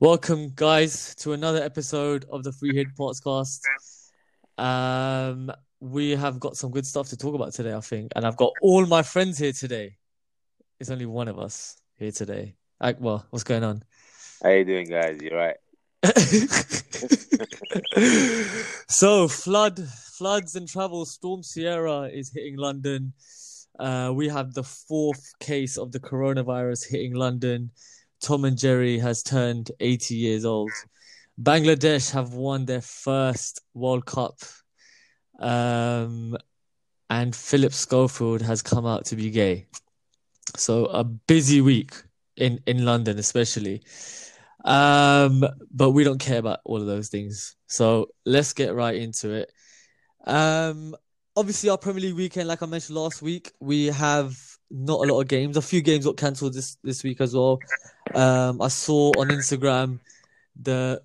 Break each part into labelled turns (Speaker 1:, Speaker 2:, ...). Speaker 1: Welcome, guys, to another episode of the Free Hit Podcast. Um, we have got some good stuff to talk about today, I think, and I've got all my friends here today. It's only one of us here today. Like, well, what's going on?
Speaker 2: How you doing, guys? You right?
Speaker 1: so flood floods and travel storm sierra is hitting london uh, we have the fourth case of the coronavirus hitting london tom and jerry has turned 80 years old bangladesh have won their first world cup um, and philip schofield has come out to be gay so a busy week in, in london especially um, but we don't care about all of those things. So let's get right into it. Um, obviously, our Premier League weekend, like I mentioned last week, we have not a lot of games. A few games got cancelled this this week as well. Um, I saw on Instagram the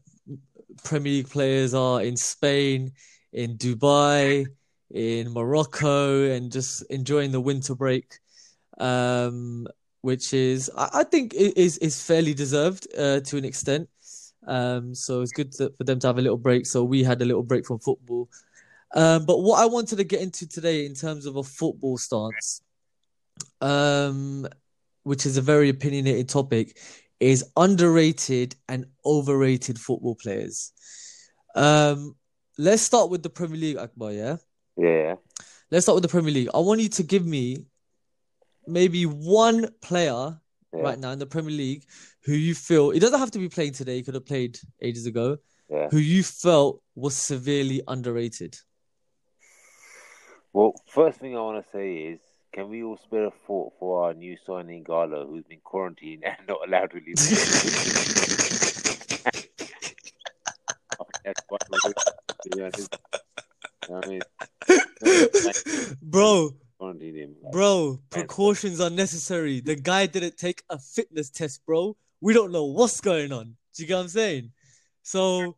Speaker 1: Premier League players are in Spain, in Dubai, in Morocco, and just enjoying the winter break. Um, which is I, I think i- is is fairly deserved uh, to an extent. Um, so it's good to, for them to have a little break. So we had a little break from football. Um, but what I wanted to get into today, in terms of a football stance, um, which is a very opinionated topic, is underrated and overrated football players. Um, let's start with the Premier League, Akbar. Yeah
Speaker 2: Yeah.
Speaker 1: let's start with the Premier League. I want you to give me maybe one player
Speaker 2: Yeah.
Speaker 1: right now in the Premier League who you feel it doesn't have to be playing today, he could have played ages ago,
Speaker 2: Yeah.
Speaker 1: who you felt was severely underrated.
Speaker 2: Well, first thing I want to say is, can we all spare a thought for our new signing Gala, who's been quarantined and not allowed to leave? That's quite rude, to be honest. You know what I mean?
Speaker 1: bro,
Speaker 2: Quarantine him. like,
Speaker 1: bro, precautions are necessary. The guy didn't take a fitness test, bro. We don't know what's going on. Do you get what I'm saying? So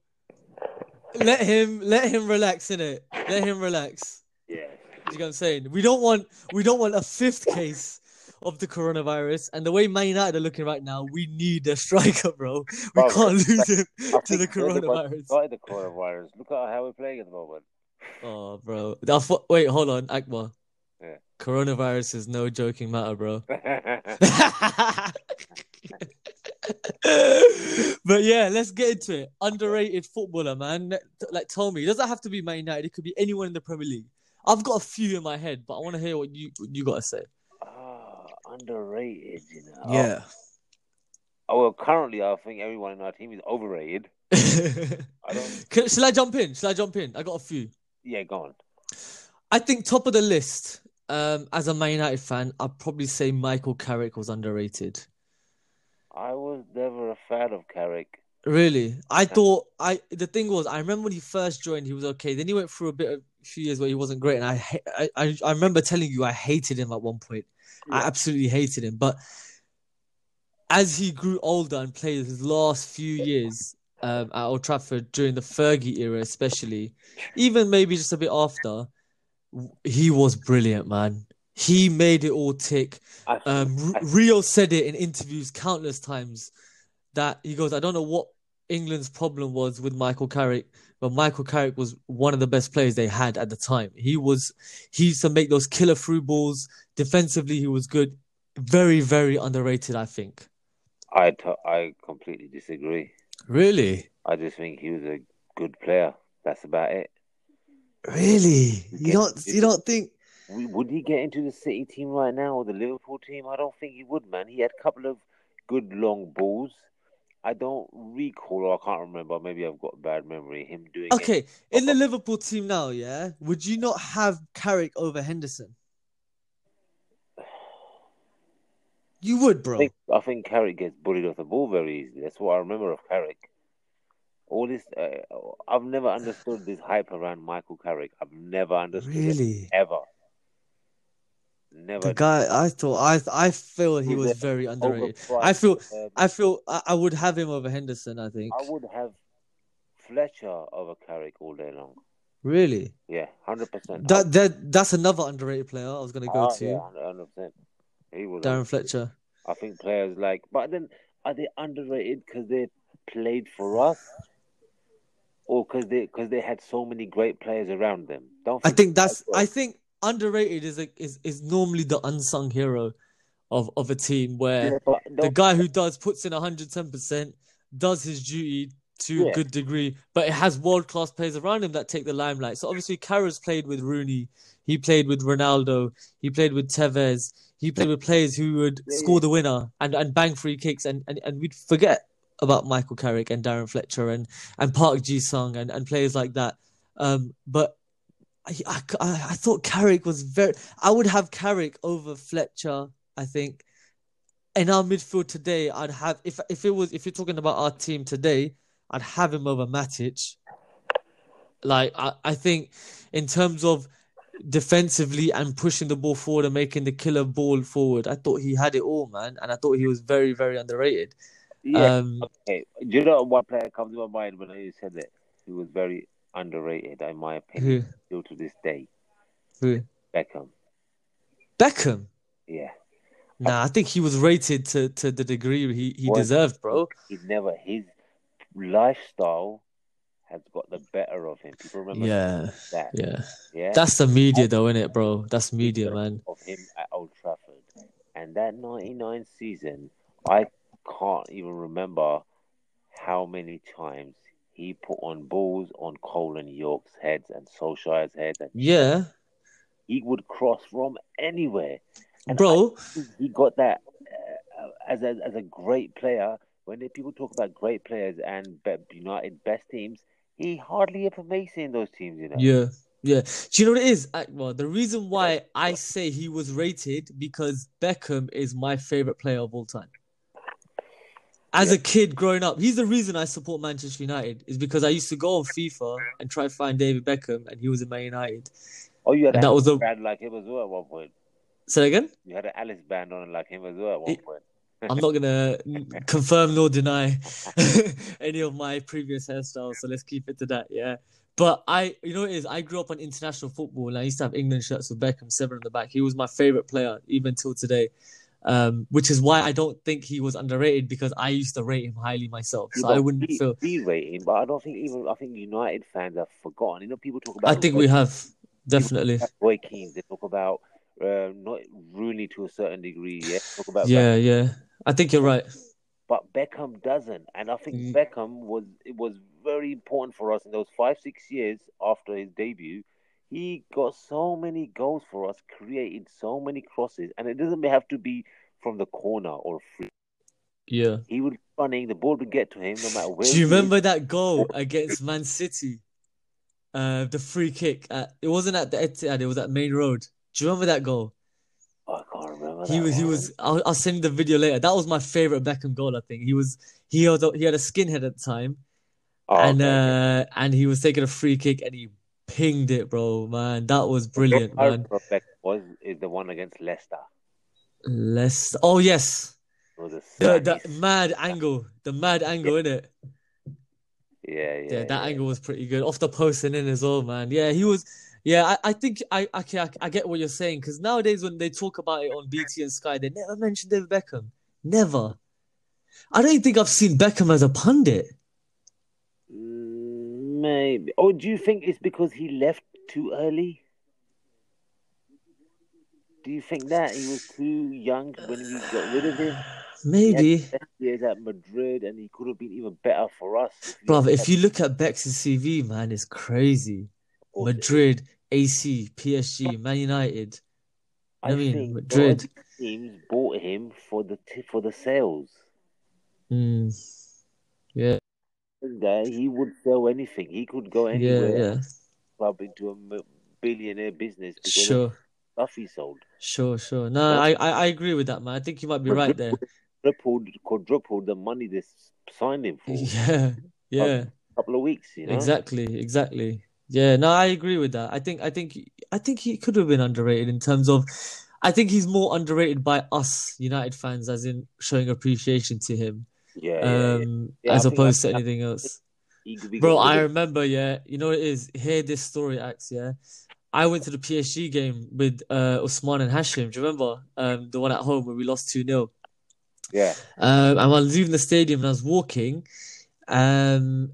Speaker 1: let him let him relax in it. Let him relax.
Speaker 2: Yeah.
Speaker 1: Do you know what I'm saying? We don't want we don't want a fifth case of the coronavirus. And the way Man United are looking right now, we need a striker, bro. We
Speaker 2: Bro,
Speaker 1: can't lose him
Speaker 2: I
Speaker 1: to the
Speaker 2: think they're ones who
Speaker 1: coronavirus.
Speaker 2: Started the coronavirus. Look at how we're playing at the moment.
Speaker 1: Oh, bro. I thought- wait, hold on, Akbar.
Speaker 2: Yeah.
Speaker 1: Coronavirus is no joking matter, bro. but yeah, let's get into it. Underrated footballer, man. Like, tell me, it doesn't have to be Man United. It could be anyone in the Premier League. I've got a few in my head, but I want to hear what you what you got to say.
Speaker 2: Ah, underrated, you know. Oh, well, currently, I think everyone in our team is overrated. I don't.
Speaker 1: Can, shall I jump in? Shall I jump in? I got a few.
Speaker 2: Yeah, go on.
Speaker 1: I think top of the list, um, as a Man United fan, I'd probably say Michael Carrick was underrated.
Speaker 2: I was never a fan of Carrick.
Speaker 1: Really, I thought I the thing was I remember when he first joined, he was okay. Then he went through a bit of a few years where he wasn't great, and I ha- I I, I remember telling you I hated him at one point. I
Speaker 2: Yeah.
Speaker 1: absolutely hated him, but as he grew older and played his last few years um, at Old Trafford during the Fergie era, especially, even maybe just a bit after, w- he was brilliant, man. He made it all tick.
Speaker 2: I,
Speaker 1: Um, R- Rio said it in interviews countless times that he goes, I don't know what England's problem was with Michael Carrick, but Michael Carrick was one of the best players they had at the time. He was, he used to make those killer through balls. Defensively, he was good. Very, very underrated, I think.
Speaker 2: I, t- I completely disagree.
Speaker 1: Really?
Speaker 2: I just think he was a good player. That's about it.
Speaker 1: Really?
Speaker 2: You don't- you
Speaker 1: don't think?
Speaker 2: W- Would he get into the City team right now or the Liverpool team? I don't think he would, man. He had a couple of good long balls. I don't recall, or I can't remember. Maybe I've got a bad memory. Him doing it.
Speaker 1: Okay, in the Liverpool team now, yeah, would you not have Carrick over Henderson? You would,
Speaker 2: I
Speaker 1: bro.
Speaker 2: think, I think Carrick gets bullied off the ball very easily. That's what I remember of Carrick. All this, uh, I've never understood this hype around Michael Carrick. I've never understood it.
Speaker 1: Really?
Speaker 2: ever. Never.
Speaker 1: The guy, I thought, I, I feel he
Speaker 2: He's
Speaker 1: was
Speaker 2: a
Speaker 1: very underrated.
Speaker 2: Overpriced,
Speaker 1: I feel,
Speaker 2: um, I,
Speaker 1: I feel, I, I would have him over Henderson. I think.
Speaker 2: would have Fletcher over Carrick all day long.
Speaker 1: Really?
Speaker 2: Yeah, hundred percent. ah,
Speaker 1: That, that, that's another underrated player I was gonna go to,
Speaker 2: hundred percent. He was.
Speaker 1: Darren Fletcher.
Speaker 2: I think players like, but then are they underrated because they're played for us, or because they because they had so many great players around them. Don't
Speaker 1: I
Speaker 2: forget
Speaker 1: think that's
Speaker 2: as well.
Speaker 1: I think underrated is like is, is normally the unsung hero of, of a team where
Speaker 2: Yeah, but
Speaker 1: the
Speaker 2: don't-
Speaker 1: guy who does puts in 110% does his duty to a
Speaker 2: Yeah.
Speaker 1: good degree but it has world class players around him that take the limelight so obviously Kara's played with Rooney he played with Ronaldo he played with Tevez he played with players who would
Speaker 2: Yeah,
Speaker 1: score the winner and, and bang free kicks and, and, and we'd forget about Michael Carrick and Darren Fletcher and, and Park Ji-sung and, and players like that um, but I, I, I I thought Carrick was very. I would have Carrick over Fletcher. I think in our midfield today, I'd have if if it was if you're talking about our team today, I'd have him over Matic. Like I, I think in terms of defensively and pushing the ball forward and making the killer ball forward, I thought he had it all, man, and I thought he was very very underrated.
Speaker 2: yeah.
Speaker 1: Um,
Speaker 2: okay. Do you know what player comes to my mind when you said that? He was very underrated, in my opinion,
Speaker 1: who
Speaker 2: still to this day.
Speaker 1: who
Speaker 2: Beckham.
Speaker 1: Beckham?
Speaker 2: Yeah.
Speaker 1: Nah, I think he was rated to to the degree he he
Speaker 2: Was-
Speaker 1: deserved, bro.
Speaker 2: He never his lifestyle has got the better of him. People remember
Speaker 1: Yeah,
Speaker 2: that.
Speaker 1: yeah.
Speaker 2: Yeah.
Speaker 1: That's the media, though, isn't it, bro? That's media,
Speaker 2: Picture
Speaker 1: man.
Speaker 2: Of him at Old Trafford, and that '99 season, I can't even remember how many times he put on balls on Cole and York's heads and Solskjaer's heads, and
Speaker 1: Yeah,
Speaker 2: he would cross from anywhere. And
Speaker 1: bro.
Speaker 2: he got that uh, as a, as a great player. When the people talk about great players and be- United best teams, he hardly ever makes it in those teams. You know,
Speaker 1: Yeah, yeah. Do you know what it is? I, well, the reason why I say he was rated because Beckham is my favorite player of all time. As a kid growing up, he's the reason I support Manchester United is because I used to go on FIFA and try to find David Beckham, and he was in Man United.
Speaker 2: oh, you had
Speaker 1: And that
Speaker 2: an
Speaker 1: was the
Speaker 2: band like him as well at one point.
Speaker 1: say that again.
Speaker 2: You had an Alice band on like him as well at one
Speaker 1: It-
Speaker 2: point.
Speaker 1: I'm not gonna confirm nor deny any of my previous hairstyles, so let's keep it to that, yeah. But I, you know, what it is I grew up on international football, and I used to have England shirts with Beckham seven in the back. He was my favorite player even till today, um, which is why I don't think he was underrated because I used to rate him highly myself, so I wouldn't
Speaker 2: be,
Speaker 1: feel.
Speaker 2: be rating, but I don't think even I think United fans have forgotten. You know, people talk
Speaker 1: I
Speaker 2: about
Speaker 1: think we have definitely,
Speaker 2: Roy Keane. They talk about uh, not Rooney to a certain degree. Yeah, talk about
Speaker 1: yeah, yeah. I think you're right.
Speaker 2: but Beckham doesn't, and I think
Speaker 1: Mm.
Speaker 2: Beckham was it was very important for us in those five six years after his debut. He got so many goals for us, created so many crosses, and it doesn't have to be from the corner or free.
Speaker 1: Yeah.
Speaker 2: He would running, the ball would get to him no matter where.
Speaker 1: Do you
Speaker 2: he is.
Speaker 1: remember that goal against Man City? Uh, the free kick. At, it wasn't at the Etihad. It was at Main Road. Do you remember that goal?
Speaker 2: Oh, I can't remember.
Speaker 1: He
Speaker 2: that
Speaker 1: was. He
Speaker 2: one.
Speaker 1: was. I'll, I'll send you the video later. That was my favorite Beckham goal. I think he was. He had. A, he had a skinhead at the time,
Speaker 2: Oh,
Speaker 1: and
Speaker 2: okay, okay.
Speaker 1: uh, and he was taking a free kick, and he pinged it, bro. Man, that was brilliant,
Speaker 2: I
Speaker 1: man.
Speaker 2: remember Beckham was is the one against Leicester.
Speaker 1: Less. Oh yes,
Speaker 2: It was a
Speaker 1: the,
Speaker 2: savage-
Speaker 1: the mad angle. The mad angle in it.
Speaker 2: yeah, yeah,
Speaker 1: Yeah, that angle was pretty good. Off the post and in as well, man. Yeah, he was. Yeah, I, I think I okay, I, I get what you're saying because nowadays when they talk about it on BT and Sky, they never mention David Beckham. Never. I don't think I've seen Beckham as a pundit.
Speaker 2: Mm, Maybe. Oh, do you think it's because he left too early? Do you think that he was too young when we got rid of him?
Speaker 1: Maybe,
Speaker 2: He was at Madrid, and he could have been even better for us. we
Speaker 1: brother.
Speaker 2: had
Speaker 1: If you look at Beck's CV, man, it's crazy.
Speaker 2: bought him.
Speaker 1: Madrid, AC, PSG, Man United. You know
Speaker 2: I
Speaker 1: what I mean?
Speaker 2: think a lot of
Speaker 1: Madrid.
Speaker 2: teams bought him for the t- for the sales.
Speaker 1: Mm. Yeah,
Speaker 2: This guy, he would sell anything. He could go
Speaker 1: yeah,
Speaker 2: anywhere,
Speaker 1: yeah.
Speaker 2: club into a m- billionaire business because of
Speaker 1: Sure,
Speaker 2: stuff he sold.
Speaker 1: sure, sure. No, I, I, I agree with that, man. I think you might be right there.
Speaker 2: Tripled, quadrupled the money they s- signed him for.
Speaker 1: Yeah, yeah,
Speaker 2: A couple of weeks, you know.
Speaker 1: exactly, exactly. Yeah, no, I agree with that. I think, I think, I think he could have been underrated in terms of, I think he's more underrated by us United fans, as in showing appreciation to him,
Speaker 2: Yeah, yeah, yeah.
Speaker 1: um,
Speaker 2: Yeah,
Speaker 1: as
Speaker 2: I think
Speaker 1: opposed to
Speaker 2: I-
Speaker 1: anything else.
Speaker 2: He, we
Speaker 1: Bro,
Speaker 2: got
Speaker 1: I
Speaker 2: rid of
Speaker 1: remember, yeah, you know what it is. Hear this story, Axe, yeah. I went to the PSG game with uh, Usman and Hashim. Do you remember um, the one at home where we lost 2 0?
Speaker 2: yeah.
Speaker 1: Um, and I was leaving the stadium and I was walking, Um,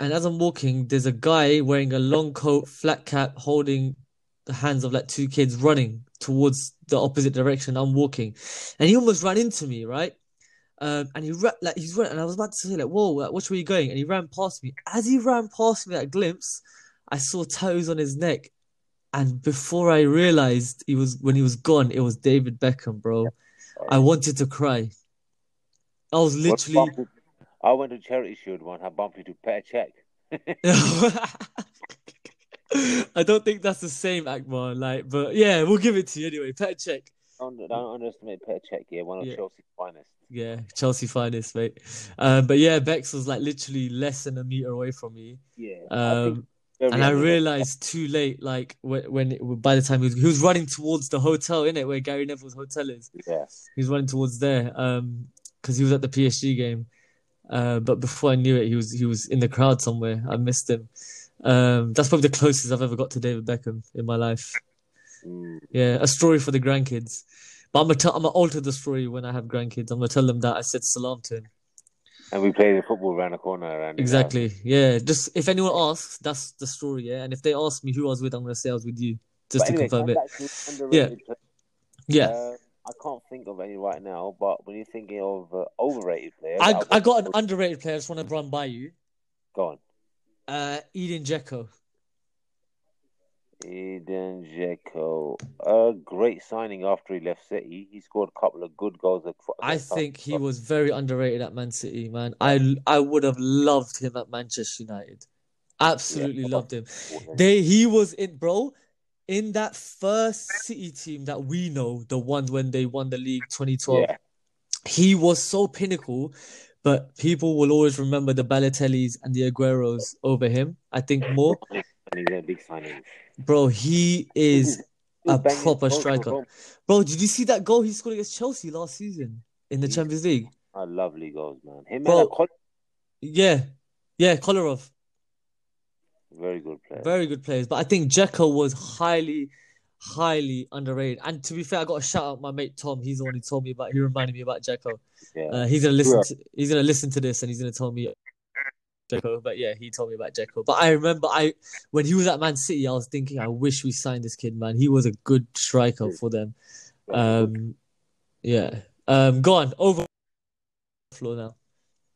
Speaker 1: and as I'm walking, there's a guy wearing a long coat, flat cap, holding the hands of like two kids running towards the opposite direction I'm walking, and he almost ran into me, right? Um, and he ra- like he's running, and I was about to say like, "Whoa, like, what's where you going?" And he ran past me. As he ran past me, that glimpse, I saw toes on his neck, and before I realized he was when he was gone, it was David Beckham, bro. I wanted to cry. I was
Speaker 2: Well,
Speaker 1: literally.
Speaker 2: bumped it- I went to charity shoot once. I bumped into Petr Cech.
Speaker 1: I don't think that's the same Akbar, like, but yeah, we'll give it to you anyway. Pet check.
Speaker 2: Don't, don't underestimate Petr Cech here, one of
Speaker 1: Mm. Yeah.
Speaker 2: Chelsea's finest.
Speaker 1: Yeah, Chelsea finest, mate. Um, but yeah, Bex was like literally less than a meter away from me.
Speaker 2: Yeah. I think
Speaker 1: Um,
Speaker 2: very
Speaker 1: and I
Speaker 2: underrated.
Speaker 1: realized too late, like when, when it, by the time he was, he was running towards the hotel, in it where Gary Neville's hotel is.
Speaker 2: Yeah.
Speaker 1: He was running towards there, um, because he was at the PSG game. Uh, but before I knew it, he was he was in the crowd somewhere. I missed him. Um, that's probably the closest I've ever got to David Beckham in my life.
Speaker 2: Mm.
Speaker 1: Yeah, a story for the grandkids. But I'm gonna tell, I'm gonna alter the story when I have grandkids. I'm gonna tell them that I said salam to him.
Speaker 2: And we played the football around the uh, corner. Around his house.
Speaker 1: Exactly. Yeah. Just if anyone asks, that's the story. Yeah. And if they ask me who I was with, I'm gonna say I was with you, just
Speaker 2: But
Speaker 1: to
Speaker 2: anyway,
Speaker 1: confirm
Speaker 2: that's
Speaker 1: it.
Speaker 2: actually underrated. player.
Speaker 1: Yeah.
Speaker 2: Uh, I can't think of any right now, but when you're thinking of uh, overrated players,
Speaker 1: I
Speaker 2: would
Speaker 1: I got an underrated player. I just want to run by you.
Speaker 2: go on.
Speaker 1: Uh, Eden Dzeko.
Speaker 2: Eden Dzeko, a great signing after he left City. He scored a couple of good goals. ac-
Speaker 1: I
Speaker 2: against us.
Speaker 1: think he was very underrated at Man City, man. I I would have loved him at Manchester United. Absolutely
Speaker 2: Yeah.
Speaker 1: loved him. They he was in bro in that first City team that we know, the one when they won the league 2012.
Speaker 2: Yeah.
Speaker 1: He was so pinnacle, but people will always remember the Balotellis and the Agueros over him. I think more,
Speaker 2: And he's a big signing.
Speaker 1: bro. He is,
Speaker 2: He was
Speaker 1: A
Speaker 2: banging
Speaker 1: proper
Speaker 2: goals for
Speaker 1: striker.
Speaker 2: Rome.
Speaker 1: bro. Did you see that goal he scored against Chelsea last season in the
Speaker 2: He's-
Speaker 1: Champions League?
Speaker 2: Oh, lovely goals, man. Him
Speaker 1: Bro.
Speaker 2: and Akol,
Speaker 1: Yeah, yeah, Kolarov.
Speaker 2: very good player.
Speaker 1: Very good players, but I think Jekko was highly, highly underrated. And to be fair, I got to shout out my mate Tom. He's the one who told me about. He reminded me about Jekko.
Speaker 2: yeah.
Speaker 1: Uh, he's gonna listen.
Speaker 2: Yeah.
Speaker 1: To, he's gonna listen to this, and he's gonna tell me Jekko. But yeah, he told me about Jekko. But I remember, I when he was at Man City, I was thinking, I wish we signed this kid, man. He was a good striker for them. Um, yeah. Um, go on over floor now.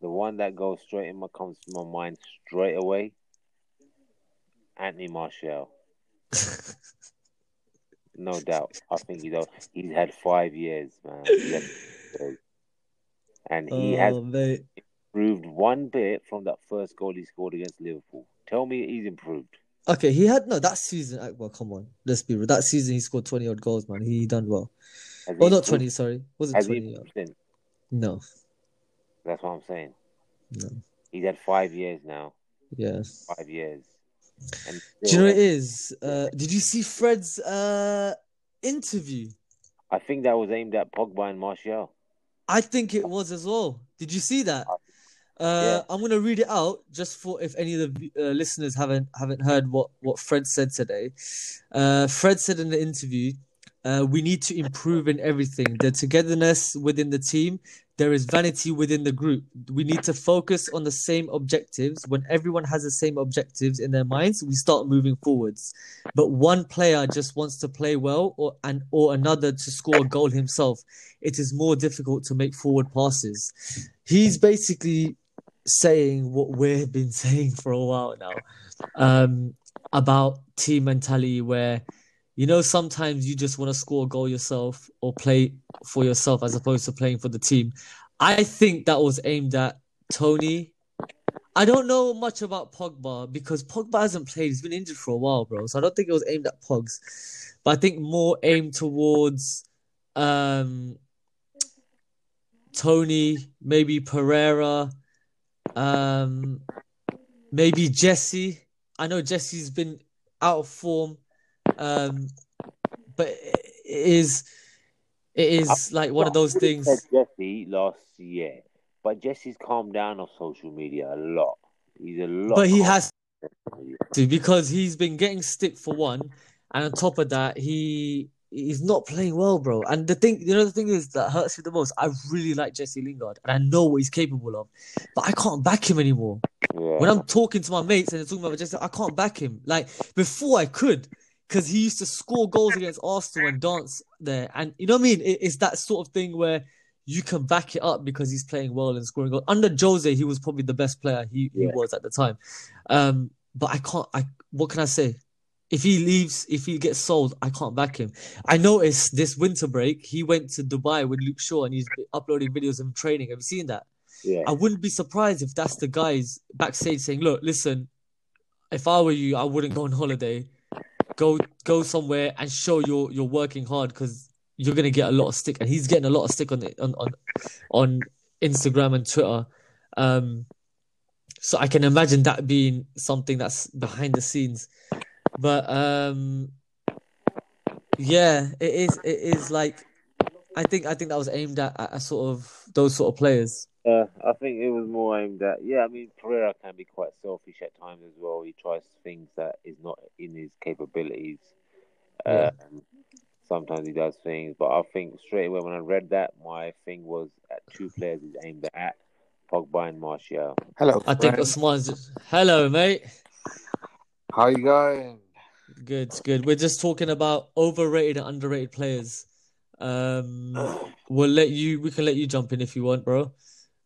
Speaker 2: the one that goes straight in my comes to my mind straight away, Anthony Martial. No doubt. I think he don't, he's had five years, man. He had- and he has
Speaker 1: Oh mate,
Speaker 2: improved one bit from that first goal he scored against Liverpool. Tell me he's improved.
Speaker 1: okay. He had no that season. uh, Well, come on, let's be real. That season he scored twenty odd goals, man. He done well.
Speaker 2: Has he
Speaker 1: Oh, not
Speaker 2: improved?
Speaker 1: 20, sorry. Was it
Speaker 2: Has he
Speaker 1: 20?
Speaker 2: improved since?
Speaker 1: No,
Speaker 2: That's what I'm saying.
Speaker 1: no.
Speaker 2: He's had five years now.
Speaker 1: Yeah.
Speaker 2: Five years. And
Speaker 1: Do you know what it
Speaker 2: still-
Speaker 1: is? Uh, did you see Fred's uh, interview?
Speaker 2: I think that was aimed at Pogba and Martial.
Speaker 1: I think it was as well. Did you see that? Uh,
Speaker 2: Yeah.
Speaker 1: I'm gonna read it out just for if any of the uh, listeners haven't haven't heard what what Fred said today. Uh, Fred said in the interview, uh, "We need to improve in everything. The togetherness within the team. There is vanity within the group. We need to focus on the same objectives. When everyone has the same objectives in their minds, we start moving forwards. But one player just wants to play well, or and or another to score a goal himself. It is more difficult to make forward passes." He's basically saying what we've been saying for a while now um, about team mentality, where you know sometimes you just want to score a goal yourself or play for yourself as opposed to playing for the team. I think that was aimed at Tony. I don't know much about Pogba because Pogba hasn't played. He's been injured for a while, bro. So I don't think it was aimed at Pogs, but I think more aimed towards um, Tony, maybe Pereira um, maybe Jesse. I know Jesse's been out of form, um, but it is it is like one of those things.
Speaker 2: said Jesse last year, but Jesse's calmed down on social media a lot. He's a lot.
Speaker 1: But he
Speaker 2: calmer
Speaker 1: has
Speaker 2: on social media.
Speaker 1: to because he's been getting stick for one, and on top of that, he he's not playing well, bro. And the thing, you know, the thing is that hurts me the most. I really like Jesse Lingard, and I know what he's capable of, but I can't back him anymore.
Speaker 2: Yeah.
Speaker 1: When I'm talking to my mates and they're talking about Jesse, I can't back him. Like before, I could, because he used to score goals against Arsenal and dance there, and you know what I mean. It, it's that sort of thing where you can back it up because he's playing well and scoring goals. Under Jose, he was probably the best player he, he
Speaker 2: Yeah.
Speaker 1: was at the time. Um, but I can't. I what can I say? If he leaves, if he gets sold, I can't back him. I noticed this winter break he went to Dubai with Luke Shaw and he's uploading videos of him training. Have you seen that?
Speaker 2: yeah.
Speaker 1: I wouldn't be surprised if that's the guys backstage saying, "Look, listen, if I were you, I wouldn't go on holiday. Go go somewhere and show you're you're working hard because you're gonna get a lot of stick." And he's getting a lot of stick on the, on, on on Instagram and Twitter. Um, so I can imagine that being something that's behind the scenes. But um, yeah, it is. It is like I think I think that was aimed at, at sort of those sort of players.
Speaker 2: Uh, I think it was more aimed at yeah. I mean, Pereira can be quite selfish at times as well. He tries things that is not in his capabilities.
Speaker 1: Yeah.
Speaker 2: Um, sometimes he does things, but I think straight away when I read that, my thing was at two players is aimed at Pogba and Martial.
Speaker 3: Hello.
Speaker 1: I think
Speaker 3: friend.
Speaker 1: Osman's just, hello, mate.
Speaker 3: How you going?
Speaker 1: Good, good. We're just talking about overrated and underrated players. Um, we'll let you. We can let you jump in if you want, bro.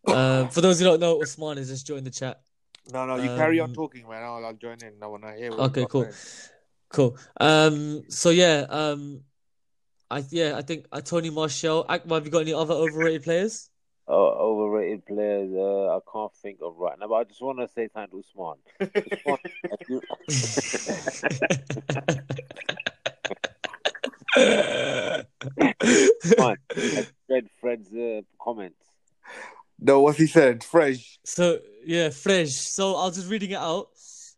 Speaker 1: Um, for those who don't know, Osman has just joined the chat.
Speaker 3: No, no, you carry on
Speaker 1: Um,
Speaker 3: talking, man. I'll, I'll join in. No, when I hear. what
Speaker 1: Okay,
Speaker 3: you're
Speaker 1: cool,
Speaker 3: saying.
Speaker 1: cool. Um, so yeah, um, I yeah, I think uh, Tony Marshall. Akmal, have you got any other overrated players?
Speaker 2: Oh, overrated players. Uh, I can't think of right now, but I just want to say thank to Usman. Usman, I do- Fine. I read Fred's uh, comments.
Speaker 3: No, what he said, fresh.
Speaker 1: So yeah, Fresh. So I was just reading it out.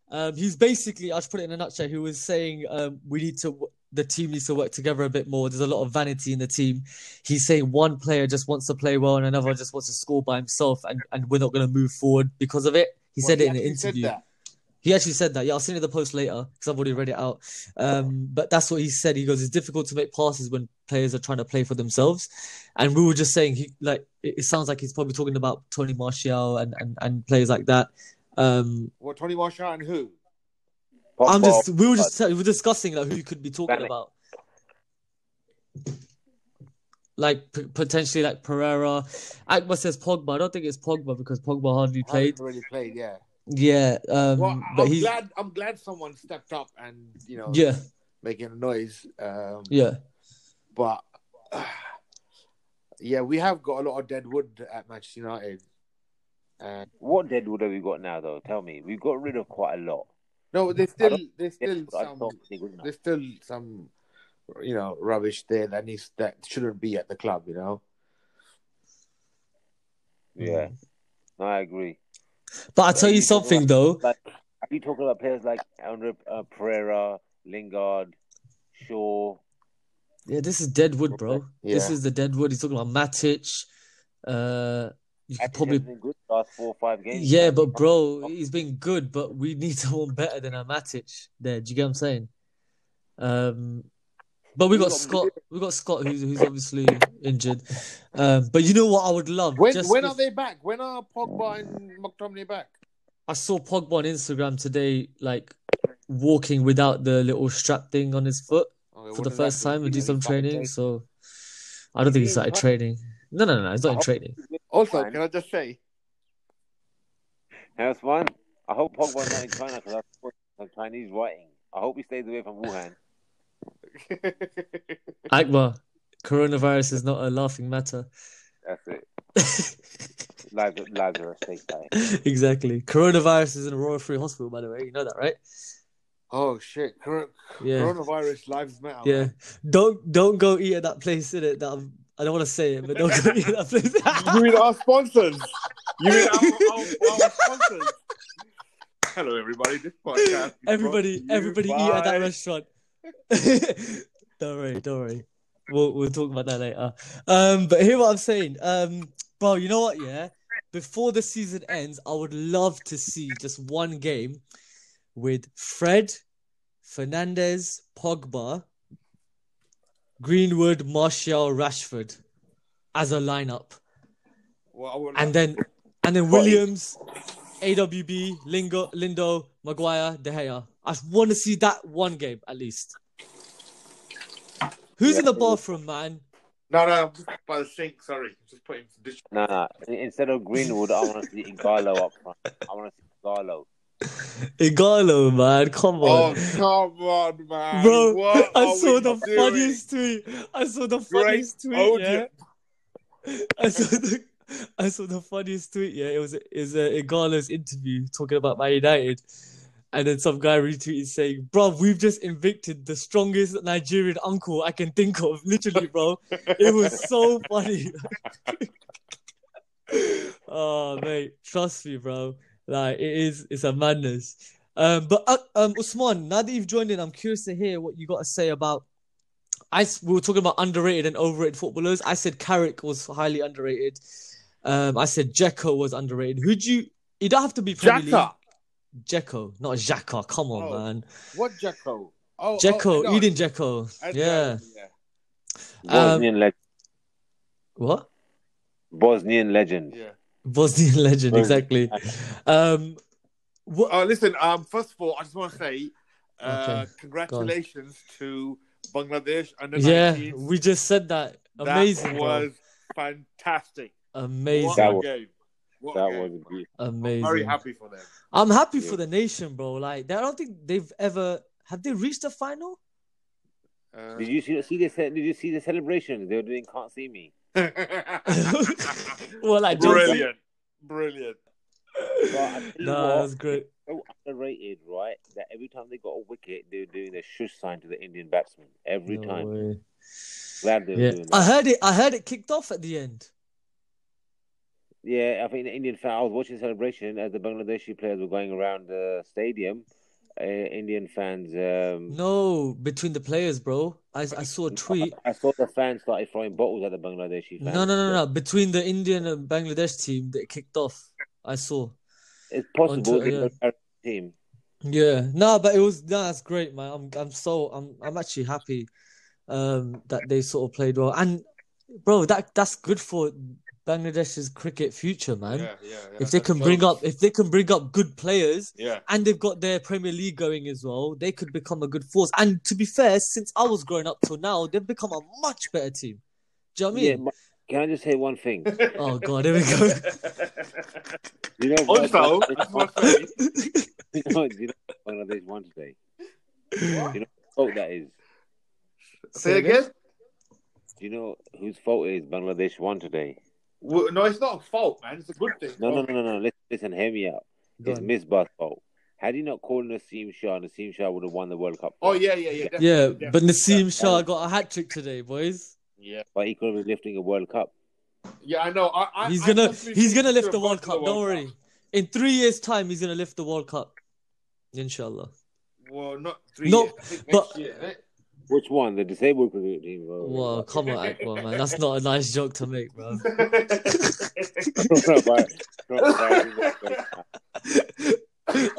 Speaker 1: Um, he's basically, I'll just put it in a nutshell. He was saying um, we need to, the team needs to work together a bit more. There's a lot of vanity in the team. He's saying one player just wants to play well and another just wants to score by himself, and, and we're not going to move forward because of it. He
Speaker 3: Well,
Speaker 1: said it in an
Speaker 3: actually said
Speaker 1: interview.
Speaker 3: that.
Speaker 1: He actually said that. Yeah, I'll send you the post later because I've already read it out. Um, but that's what he said. He goes, "It's difficult to make passes when players are trying to play for themselves." And we were just saying, he like it, it sounds like he's probably talking about Tony Martial and and, and players like that. Um,
Speaker 3: What Tony Marshall and who?
Speaker 1: I'm
Speaker 2: Pogba,
Speaker 1: just we were just we were discussing like who you could be talking
Speaker 2: Panic.
Speaker 1: about, like p- potentially like Pereira. Akbar says Pogba. I don't think it's Pogba because Pogba hardly played.
Speaker 3: Haven't Already played. Yeah.
Speaker 1: Yeah, um,
Speaker 3: well, I-
Speaker 1: but
Speaker 3: I'm
Speaker 1: he.
Speaker 3: glad. I'm glad someone stepped up and you know
Speaker 1: Yeah,
Speaker 3: making a noise. Um,
Speaker 1: yeah.
Speaker 3: But yeah, we have got a lot of dead wood at Manchester United. Uh, And
Speaker 2: What deadwood have we got now, though? Tell me. We got rid of quite a lot.
Speaker 3: no, there's
Speaker 2: I
Speaker 3: still there's
Speaker 2: Yeah,
Speaker 3: still
Speaker 2: but I
Speaker 3: some
Speaker 2: don't think we're enough.
Speaker 3: there's still some you know rubbish there that needs that shouldn't be at the club. You know.
Speaker 2: Yeah, Mm. no, I agree.
Speaker 1: But I'll tell you
Speaker 2: He's talking
Speaker 1: something
Speaker 2: about-
Speaker 1: though.
Speaker 2: Are you talking about players like Andre uh, Pereira, Lingard, Shaw?
Speaker 1: Yeah, this is Deadwood, bro. This
Speaker 3: Yeah.
Speaker 1: is the Deadwood. He's talking about Matic. Uh, you could
Speaker 2: Actually,
Speaker 1: probably,
Speaker 2: been good last four or five games.
Speaker 1: yeah, but bro, he's been good, but we need someone better than a Matic. There, do you get what I'm saying? Um, but we
Speaker 3: We
Speaker 1: got
Speaker 3: got-
Speaker 1: Scott. We got Scott, who's who's obviously injured. Um, but you know what? I would love.
Speaker 3: When
Speaker 1: just
Speaker 3: when
Speaker 1: if-
Speaker 3: are they back? When are Pogba and McTominay back?
Speaker 1: I saw Pogba on Instagram today, like walking without the little strap thing on his foot.
Speaker 3: Oh,
Speaker 1: for
Speaker 3: what
Speaker 1: the
Speaker 3: does
Speaker 1: first
Speaker 3: that mean?
Speaker 1: time and do
Speaker 3: You know,
Speaker 1: some
Speaker 3: he's started
Speaker 1: training. So I don't think he
Speaker 2: He's
Speaker 1: started
Speaker 2: not-
Speaker 1: training. No, no, no, it's not in
Speaker 2: Oh.
Speaker 1: training.
Speaker 3: Also, can I just say,
Speaker 2: That's one. I hope Pogba's not in China because I saw some Chinese writing. I hope he stays away from Wuhan.
Speaker 1: Akbar, coronavirus is not a laughing matter.
Speaker 2: That's it. Lives, lives are at stake. guys.
Speaker 1: exactly. Coronavirus is in a Royal Free Hospital, by the way. You know that, right?
Speaker 3: oh shit, Cor-
Speaker 1: Yeah.
Speaker 3: coronavirus lives matter.
Speaker 1: Yeah.
Speaker 3: man.
Speaker 1: Don't don't go eat at that place in it. That I'm, I don't want to say it, but don't go eat at that
Speaker 3: You
Speaker 1: place.
Speaker 3: mean our sponsors? You mean our, our, our sponsors? Hello, everybody. This podcast. is
Speaker 1: everybody,
Speaker 3: brought to you
Speaker 1: everybody eat at
Speaker 3: by-
Speaker 1: that restaurant. don't worry, don't worry. We'll we'll talk about that later. Um, but hear what I'm saying. Um, bro, you know what? Yeah, before the season ends, I would love to see just one game with Fred, Fernandez, Pogba, Greenwood, Martial, Rashford as a lineup,
Speaker 3: Well, I would,
Speaker 1: and then and then Williams, AWB, Lingo, Lindo, Maguire, De Gea. I want to see that one game at least. Who's in the bathroom, man?
Speaker 3: no, no, I'm just by the sink. Sorry, I'm just putting some dish.
Speaker 2: No, no. Instead of Greenwood, I want to see Igalo up front. I want to see Igalo.
Speaker 1: Igalo, man, come
Speaker 3: Oh,
Speaker 1: on.
Speaker 3: come on, man.
Speaker 1: Bro,
Speaker 3: What
Speaker 1: I
Speaker 3: are
Speaker 1: saw
Speaker 3: we
Speaker 1: the
Speaker 3: doing? Oh,
Speaker 1: funniest tweet. I saw the
Speaker 3: Great
Speaker 1: funniest tweet.
Speaker 3: audio.
Speaker 1: Yeah? I saw the I saw the funniest tweet. Yeah, it was it was uh, Igalo's interview talking about Man United, and then some guy retweeted saying, "Bro, we've just evicted the strongest Nigerian uncle I can think of." Literally, bro, it was so funny. oh mate, trust me, bro. Like it is, it's a madness. Um, but uh, um, Usman, now that you've joined in, I'm curious to hear what you got to say about I s- we were talking about underrated and overrated footballers. I said Carrick was highly underrated. Um, I said Jekko was underrated. Who'd you? You don't have to be Premier
Speaker 3: Jacka.
Speaker 1: League. Jekko, not Xhaka. Come on,
Speaker 3: Oh,
Speaker 1: man.
Speaker 3: What Jacko? Oh,
Speaker 1: Jekko,
Speaker 3: oh,
Speaker 1: Eden Jekko.
Speaker 3: Edgar,
Speaker 1: Yeah.
Speaker 3: yeah.
Speaker 2: Bosnian legend.
Speaker 1: What?
Speaker 2: Bosnian legend.
Speaker 3: Yeah.
Speaker 1: Bosnian legend,
Speaker 2: Bro.
Speaker 1: exactly. Um, what?
Speaker 3: Oh, listen. Um, first of all, I just want to say, uh, congratulations to Bangladesh under
Speaker 1: yeah,
Speaker 3: 19s.
Speaker 1: we just said that. Amazing,
Speaker 3: That
Speaker 1: bro.
Speaker 3: was fantastic. What
Speaker 1: amazing,
Speaker 2: That
Speaker 3: a
Speaker 2: was-
Speaker 3: game. What a
Speaker 2: That
Speaker 3: game.
Speaker 2: was beautiful.
Speaker 1: amazing.
Speaker 3: Very happy for them.
Speaker 1: I'm happy
Speaker 2: Yeah.
Speaker 1: for the nation, bro. Like, I don't think they've ever have they reached the final.
Speaker 3: Uh,
Speaker 2: Did you see, see the ce- Did you see the celebrations they were doing? Can't see me.
Speaker 1: well, like, Johnson-
Speaker 3: brilliant, brilliant.
Speaker 2: But I tell you
Speaker 1: No,
Speaker 2: what,
Speaker 1: that's great.
Speaker 2: so underrated, right? That every time they got a wicket, they were doing the shush sign to the Indian batsman. Every
Speaker 1: No
Speaker 2: time.
Speaker 1: way.
Speaker 2: Glad they were
Speaker 1: Yeah.
Speaker 2: doing
Speaker 1: I
Speaker 2: that.
Speaker 1: heard it. I heard it kicked off at the end.
Speaker 2: Yeah, I think the Indian fan. I was watching the celebration as the Bangladeshi players were going around the stadium. Uh, Indian fans. Um,
Speaker 1: No, between the players, bro. I, I saw a tweet.
Speaker 2: I saw the fans started throwing bottles at the Bangladeshi fans.
Speaker 1: No, no, no, no. Between the Indian and Bangladesh team that kicked off, I saw.
Speaker 2: It's
Speaker 1: On
Speaker 2: possible
Speaker 1: Twitter,
Speaker 2: they
Speaker 1: yeah.
Speaker 2: got a team.
Speaker 1: Yeah, no, but it was no, that's great, man. I'm I'm so I'm I'm actually happy um that they sort of played well. And bro, that that's good for Bangladesh's cricket future, man.
Speaker 3: Yeah, yeah, yeah.
Speaker 1: If they can bring up if they can bring up good players
Speaker 3: yeah,
Speaker 1: and they've got their Premier League going as well, they could become a good force. And to be fair, since I was growing up till now, they've become a much better team. Do you know what I
Speaker 2: Yeah,
Speaker 1: mean?
Speaker 2: but can I just say one thing?
Speaker 1: Oh god, here we go.
Speaker 2: You know, what
Speaker 3: also, I
Speaker 2: Bangladesh
Speaker 3: just
Speaker 2: won-
Speaker 3: want to say,
Speaker 2: you know, you know what Bangladesh won today. You know whose fault that is.
Speaker 3: say again.
Speaker 2: Do you know whose fault it is Bangladesh won today?
Speaker 3: Well, No, it's not a fault, man. It's a good thing.
Speaker 2: No, no, no, no, no. Listen, listen hear me out.
Speaker 1: Go
Speaker 2: It's
Speaker 1: on.
Speaker 2: Misbah's fault. Had he not called Nassim Shah, Nassim Shah would have won the World Cup.
Speaker 3: Oh yeah, yeah, yeah. Definitely,
Speaker 1: Yeah, but
Speaker 3: definitely,
Speaker 1: Nassim Shah got a hat trick today, boys.
Speaker 3: Yeah,
Speaker 2: But he could have been lifting a World Cup.
Speaker 3: yeah. I know. I, I,
Speaker 1: he's
Speaker 3: I
Speaker 1: gonna
Speaker 3: personally
Speaker 1: he's
Speaker 3: think
Speaker 1: gonna
Speaker 3: he
Speaker 1: lift
Speaker 3: should
Speaker 1: the
Speaker 3: have
Speaker 1: World
Speaker 3: gone
Speaker 1: Cup.
Speaker 3: to
Speaker 1: Don't
Speaker 3: World
Speaker 1: worry. In three years' time, he's gonna lift the World Cup. Inshallah.
Speaker 3: Cup. Well, not three.
Speaker 1: No,
Speaker 3: years. I think
Speaker 1: but-
Speaker 3: next year, innit?
Speaker 2: Which one? The disabled cricket team. Oh,
Speaker 1: Wow, come on, Akbar, man. That's not a nice joke to make, bro.
Speaker 2: Right. Right.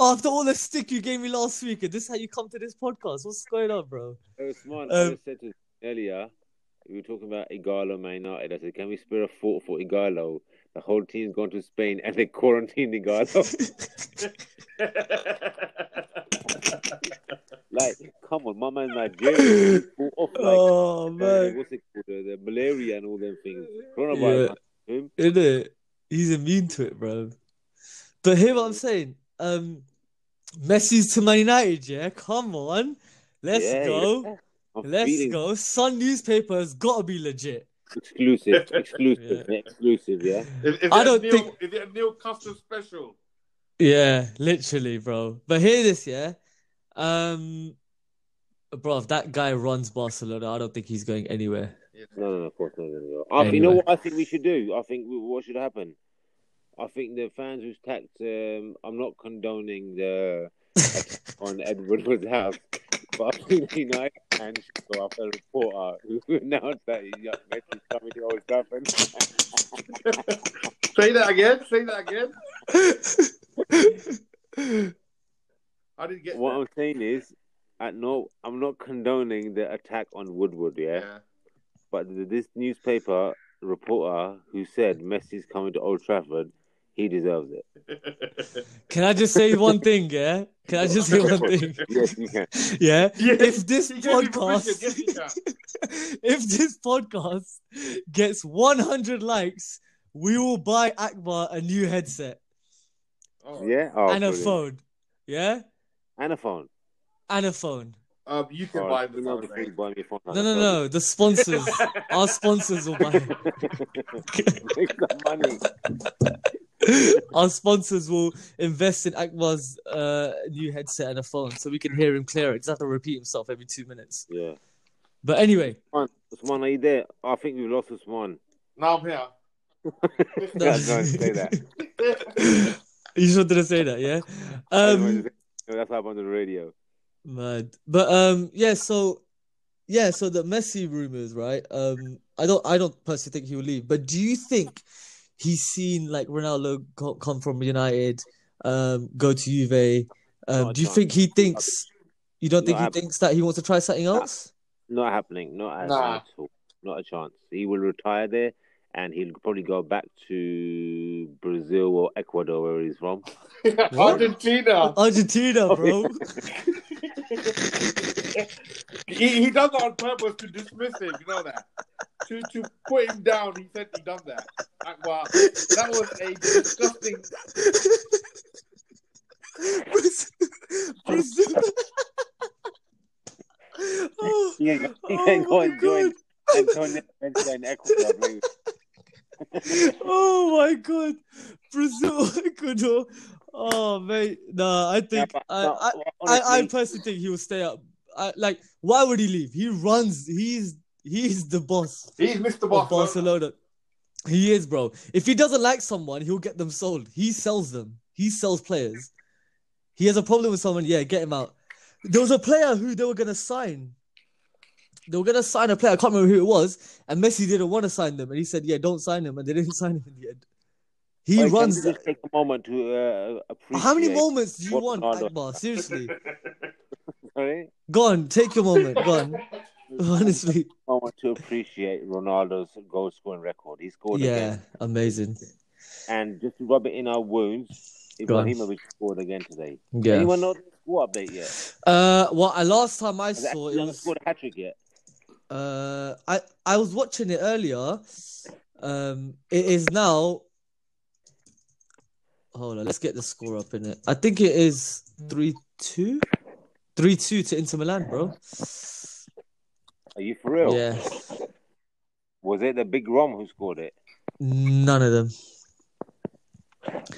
Speaker 1: After all the stick you gave me last week, and this is how you come to this podcast. What's going on, bro?
Speaker 2: So,
Speaker 1: Um,
Speaker 2: Usman, I just said to you earlier, we were talking about Igalo Man United. I said, can we spare a fort for Igalo? The whole team's gone to Spain and they quarantined Igalo.
Speaker 3: Oh,
Speaker 2: like, come on, my man's Nigerian. He fought off like,
Speaker 1: Oh
Speaker 2: uh,
Speaker 1: man,
Speaker 2: what's it called? The, the malaria and all them things.
Speaker 1: Yeah.
Speaker 2: Coronavirus. him.
Speaker 1: in it, he's immune to it, bro. But hear what I'm saying. Um, Messi's to Man United, yeah. Come on, let's
Speaker 2: Yeah,
Speaker 1: go.
Speaker 2: yeah. I'm
Speaker 1: Let's
Speaker 2: feeling
Speaker 1: go. Sun newspaper has got to be legit.
Speaker 2: Exclusive, exclusive, yeah, exclusive, yeah.
Speaker 3: If, if
Speaker 1: I
Speaker 3: I
Speaker 1: don't
Speaker 3: don't Neil,
Speaker 1: think-
Speaker 3: if it's Neil Custer special.
Speaker 1: Yeah, literally, bro. But hear this, yeah. Um, bro, if that guy runs Barcelona, I don't think he's going anywhere.
Speaker 2: No, no, no, of course not. No, no. I think- you know
Speaker 1: Anyway.
Speaker 2: what I think we should do? I think we, what should happen? I think the fans who's tacked, um, I'm not condoning the attack on Edward Wood's house, but I think the United fans should go after a reporter who announced that he's got Messi's coming to Old Trafford.
Speaker 3: Say that again. Say that again.
Speaker 1: yeah,
Speaker 3: I didn't get
Speaker 2: What I'm saying is, I no, I'm not condoning the attack on Woodward, yeah.
Speaker 3: Yeah.
Speaker 2: But th- this newspaper reporter who said Messi's coming to Old Trafford, he deserves it.
Speaker 1: Can I just say one thing? Yeah. Can I just say one thing?
Speaker 2: Yes, you can.
Speaker 1: Yeah.
Speaker 3: Yes,
Speaker 1: If this
Speaker 3: he gave me permission.
Speaker 1: podcast,
Speaker 3: Yes, he can.
Speaker 1: if this podcast gets 100 likes, we will buy Akbar a new headset
Speaker 3: All right.
Speaker 2: Yeah, oh,
Speaker 1: and a
Speaker 2: brilliant.
Speaker 1: phone. Yeah,
Speaker 2: and a phone.
Speaker 1: and a phone.
Speaker 3: Um, you can
Speaker 2: Oh,
Speaker 3: buy the
Speaker 2: you know
Speaker 3: phone,
Speaker 2: before you buy me a phone,
Speaker 1: No, no, no. The sponsors, our sponsors will buy. It.
Speaker 2: Make that money.
Speaker 1: Our sponsors will invest in Akbar's uh, new headset and a phone, so we can hear him clear. It doesn't have to repeat himself every two minutes.
Speaker 2: Yeah.
Speaker 1: But anyway,
Speaker 2: Usman, Usman, are you there? I think we've lost Usman.
Speaker 3: Now I'm here.
Speaker 1: No.
Speaker 2: Yeah, don't say that.
Speaker 1: you sure didn't say that, yeah? Um,
Speaker 2: That's what happened on the radio.
Speaker 1: Mad. But um yeah, so yeah, so the Messi rumors, right? Um I don't I don't personally think he will leave, but do you think he's seen like Ronaldo co- come from United, um go to Juve? Um
Speaker 2: Not a
Speaker 1: do you
Speaker 2: chance.
Speaker 1: think he thinks you don't think
Speaker 2: Not
Speaker 1: he
Speaker 2: happening.
Speaker 1: thinks that he wants to try something else?
Speaker 2: Not happening. Not happening
Speaker 3: Nah.
Speaker 2: at all. Not a chance. He will retire there, and he'll probably go back to Brazil or Ecuador, where he's from.
Speaker 3: Argentina.
Speaker 1: Argentina, bro.
Speaker 3: he, he does that on purpose to dismiss him. You know that. To to put him down. He said he done that. Like, wow, that was a disgusting.
Speaker 1: Brazil. oh,
Speaker 2: He ain't got- he
Speaker 1: oh
Speaker 2: ain't
Speaker 1: my
Speaker 2: going to join
Speaker 1: God.
Speaker 2: Antonio Valencia in Ecuador. bro.
Speaker 1: oh my god, Brazil, Ecuador. Oh mate, nah. I
Speaker 2: Yeah,
Speaker 1: think
Speaker 2: but-
Speaker 1: I,
Speaker 2: but
Speaker 1: I, I, I
Speaker 2: honestly,
Speaker 1: personally think he will stay up. I, like, why would he leave? He runs. He's he's the boss
Speaker 3: He's Mr.
Speaker 1: of
Speaker 3: Barcelona.
Speaker 1: Barcelona. He is, bro. If he doesn't like someone, he'll get them sold. He sells them. He sells players. He has a problem with someone. Yeah, get him out. There was a player who they were gonna sign. They were gonna sign a player. I can't remember who it was. And Messi didn't want to sign them, and he said, "Yeah, don't sign him." And they didn't sign him in the end. He
Speaker 2: but can
Speaker 1: runs.
Speaker 2: we
Speaker 1: That.
Speaker 2: just Take a moment to uh, appreciate.
Speaker 1: How many moments do you
Speaker 2: what
Speaker 1: want,
Speaker 2: Ronaldo-
Speaker 1: Akbar? Seriously,
Speaker 2: Sorry?
Speaker 1: go on. Take your moment. Go on. Honestly,
Speaker 2: Moment to appreciate Ronaldo's goal scoring record. He scored again.
Speaker 1: yeah, amazing.
Speaker 2: and just to rub it in our wounds,
Speaker 1: Go on.
Speaker 2: Ibrahimovic scored again today.
Speaker 1: Yeah.
Speaker 2: Anyone know the score update yet?
Speaker 1: Uh, well, I, last time I
Speaker 2: Has
Speaker 1: saw it
Speaker 2: Athletico
Speaker 1: was
Speaker 2: scored a hat trick yet?
Speaker 1: uh, I I was watching it earlier. Um, it is now. Hold on, let's get the score up in it. I think it is three two, three two to Inter Milan, bro.
Speaker 2: Are you for real?
Speaker 1: Yeah,
Speaker 2: Was it the big Rom who scored it?
Speaker 1: none of them.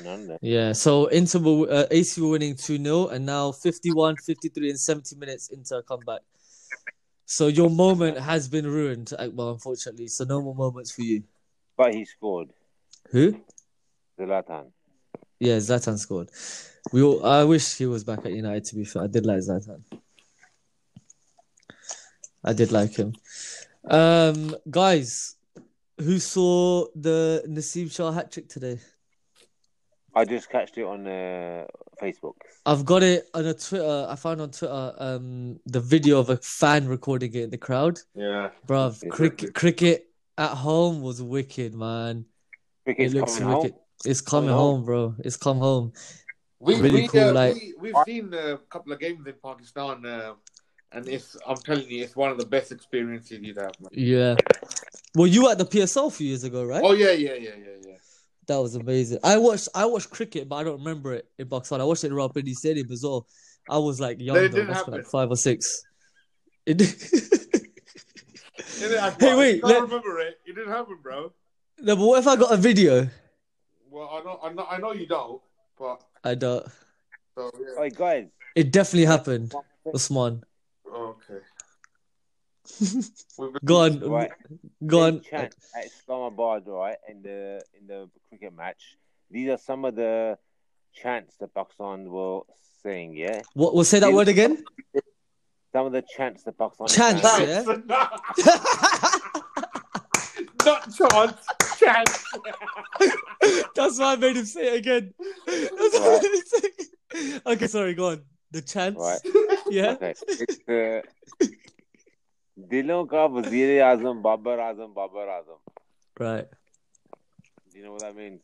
Speaker 2: None no.
Speaker 1: Yeah, so Inter were- uh, AC were winning 2 0, and now 51, 53, and 70 minutes Inter come back. So your moment has been ruined, Akbar, unfortunately. So no more moments for you.
Speaker 2: But he scored.
Speaker 1: Who?
Speaker 2: Zlatan.
Speaker 1: Yeah, Zlatan scored. We all, I wish he was back at United. To be fair, I did like Zlatan. I did like him. Um, guys, who saw the Nasib Shah hat trick today?
Speaker 2: I just catched it on uh, Facebook.
Speaker 1: I've got it on a Twitter. I found on Twitter um the video of a fan recording it in the crowd.
Speaker 3: Yeah.
Speaker 1: Bruv,
Speaker 2: It's
Speaker 1: cricket cricket at home was wicked, man.
Speaker 2: Cricket's
Speaker 1: it looks
Speaker 2: coming home.
Speaker 1: wicked. It's coming
Speaker 2: Coming home.
Speaker 1: home, bro. It's come home.
Speaker 3: We,
Speaker 1: Really
Speaker 3: we,
Speaker 1: cool,
Speaker 3: uh,
Speaker 1: like-
Speaker 3: we, we've seen uh, a couple of games in Pakistan, uh, and it's I'm telling you, it's one of the best experiences you'd have. Man.
Speaker 1: Yeah. Well, you were at the PSL a few years ago, right?
Speaker 3: Oh yeah, yeah, yeah, yeah, yeah.
Speaker 1: That was amazing. I watched I watched cricket, but I don't remember it in Pakistan. I watched it in Rawalpindi Stadium as well. I was like young,
Speaker 3: They
Speaker 1: though.
Speaker 3: didn't
Speaker 1: Must be
Speaker 3: happen.
Speaker 1: like five or six. It-
Speaker 3: Isn't it, Akbar?
Speaker 1: Hey, wait,
Speaker 3: You can't
Speaker 1: let-
Speaker 3: remember it. It didn't happen, bro.
Speaker 1: no, but what if I got a video?
Speaker 3: Well, I know, I know, I know you don't, but
Speaker 1: I don't.
Speaker 3: so yeah.
Speaker 2: Oi, guys.
Speaker 1: It definitely happened, Usman.
Speaker 3: okay. We've been-
Speaker 1: Go on,
Speaker 2: Right.
Speaker 1: go on.
Speaker 2: Chant at Islamabad, right, in the in the cricket match. These are some of the chants that Pakistan were saying, yeah?
Speaker 1: What? We'll say that word again.
Speaker 2: Some of the chants that Pakistan
Speaker 1: Chants,
Speaker 2: fans-
Speaker 1: yeah?
Speaker 3: Chance. not chance, chance.
Speaker 1: That's why I made him say it again. That's why I made him say it. Okay, sorry, go on. The chance.
Speaker 2: Right.
Speaker 1: Yeah.
Speaker 2: Okay. It's uh, Dilon ka Wazir Azam, Babar Azam, Babar Azam.
Speaker 1: Right.
Speaker 2: Do you know what that means?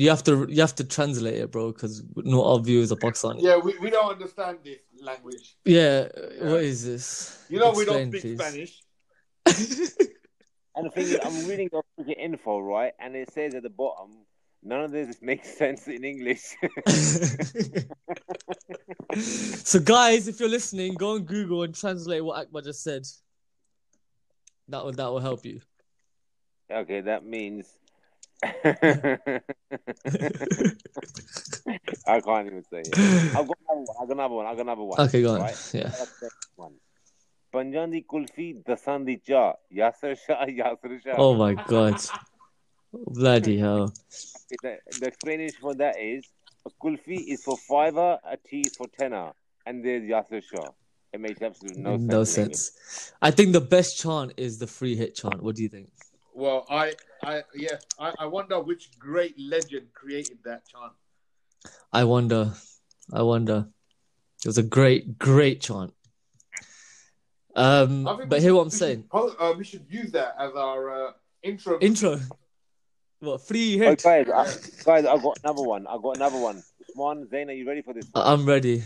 Speaker 1: You have to you have to translate it, bro, because not all viewers are Pakistani.
Speaker 3: Yeah, we, we don't understand this language.
Speaker 1: Yeah. What is this?
Speaker 3: You know, we
Speaker 1: Explain,
Speaker 3: don't speak
Speaker 1: please.
Speaker 3: Spanish.
Speaker 2: And the thing is, I'm reading the freaking info, right? And it says at the bottom, none of this makes sense in English.
Speaker 1: so, guys, if you're listening, go on Google and translate what Akbar just said. That will that will help you.
Speaker 2: okay, that means. I can't even say it. I've got another one. I've got another one. I've got another one.
Speaker 1: okay, go on.
Speaker 2: Right?
Speaker 1: Yeah.
Speaker 2: पंजां दी कुल्फी दसां दी चा यासर Shah यासर Shah
Speaker 1: Oh my god. Bloody hell.
Speaker 2: the, the explanation for that is a kulfi is for fiver a tea is for tenner and there's yaser shah it makes absolutely no
Speaker 1: No,
Speaker 2: sense in English.
Speaker 1: sense. I think the best chant is the free hit chant. What do you think?
Speaker 3: Well, I, I, yeah, I, I wonder which great legend created that chant.
Speaker 1: I wonder. I wonder. It was a great, great chant.
Speaker 3: I
Speaker 1: Um,
Speaker 3: think
Speaker 1: but
Speaker 3: we
Speaker 1: hear
Speaker 3: should-
Speaker 1: what I'm
Speaker 3: we should
Speaker 1: saying.
Speaker 3: po- uh, we should use that as our uh, intro.
Speaker 1: Intro. What free
Speaker 2: Oh,
Speaker 1: hit?
Speaker 2: guys, I, guys, I've got another one. I've got another one. Usman, Zain, are you ready for this one?
Speaker 1: I- I'm ready.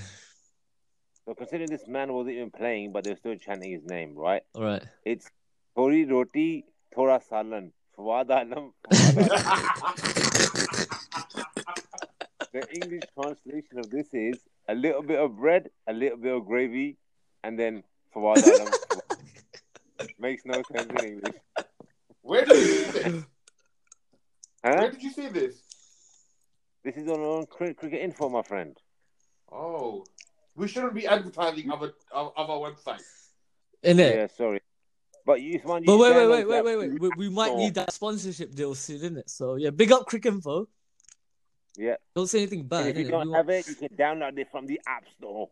Speaker 2: So considering this man wasn't even playing, but they're still chanting his name, right?
Speaker 1: All right.
Speaker 2: It's Tori Roti Thora Salan. Fawad Alam. Fawad Alam. the English translation of this is a little bit of bread, a little bit of gravy, and then Fawad Alam. Makes no sense in English.
Speaker 3: Where did you see this?
Speaker 2: Huh?
Speaker 3: Where did you see this?
Speaker 2: This is on, on Cri- Cricket Info, my friend.
Speaker 3: Oh, we shouldn't be advertising other our, our website.
Speaker 1: In it.
Speaker 2: Yeah, sorry. But you, Usman, you
Speaker 1: But wait, wait,
Speaker 2: download
Speaker 1: wait,
Speaker 2: that-
Speaker 1: wait, wait, wait. We, we might
Speaker 2: Oh.
Speaker 1: need that sponsorship deal soon, innit? So yeah, big up Crick Info.
Speaker 2: Yeah.
Speaker 1: Don't say anything
Speaker 2: And
Speaker 1: bad.
Speaker 2: if you
Speaker 1: innit?
Speaker 2: don't
Speaker 1: We
Speaker 2: have
Speaker 1: want-
Speaker 2: it, you can download it from the App Store.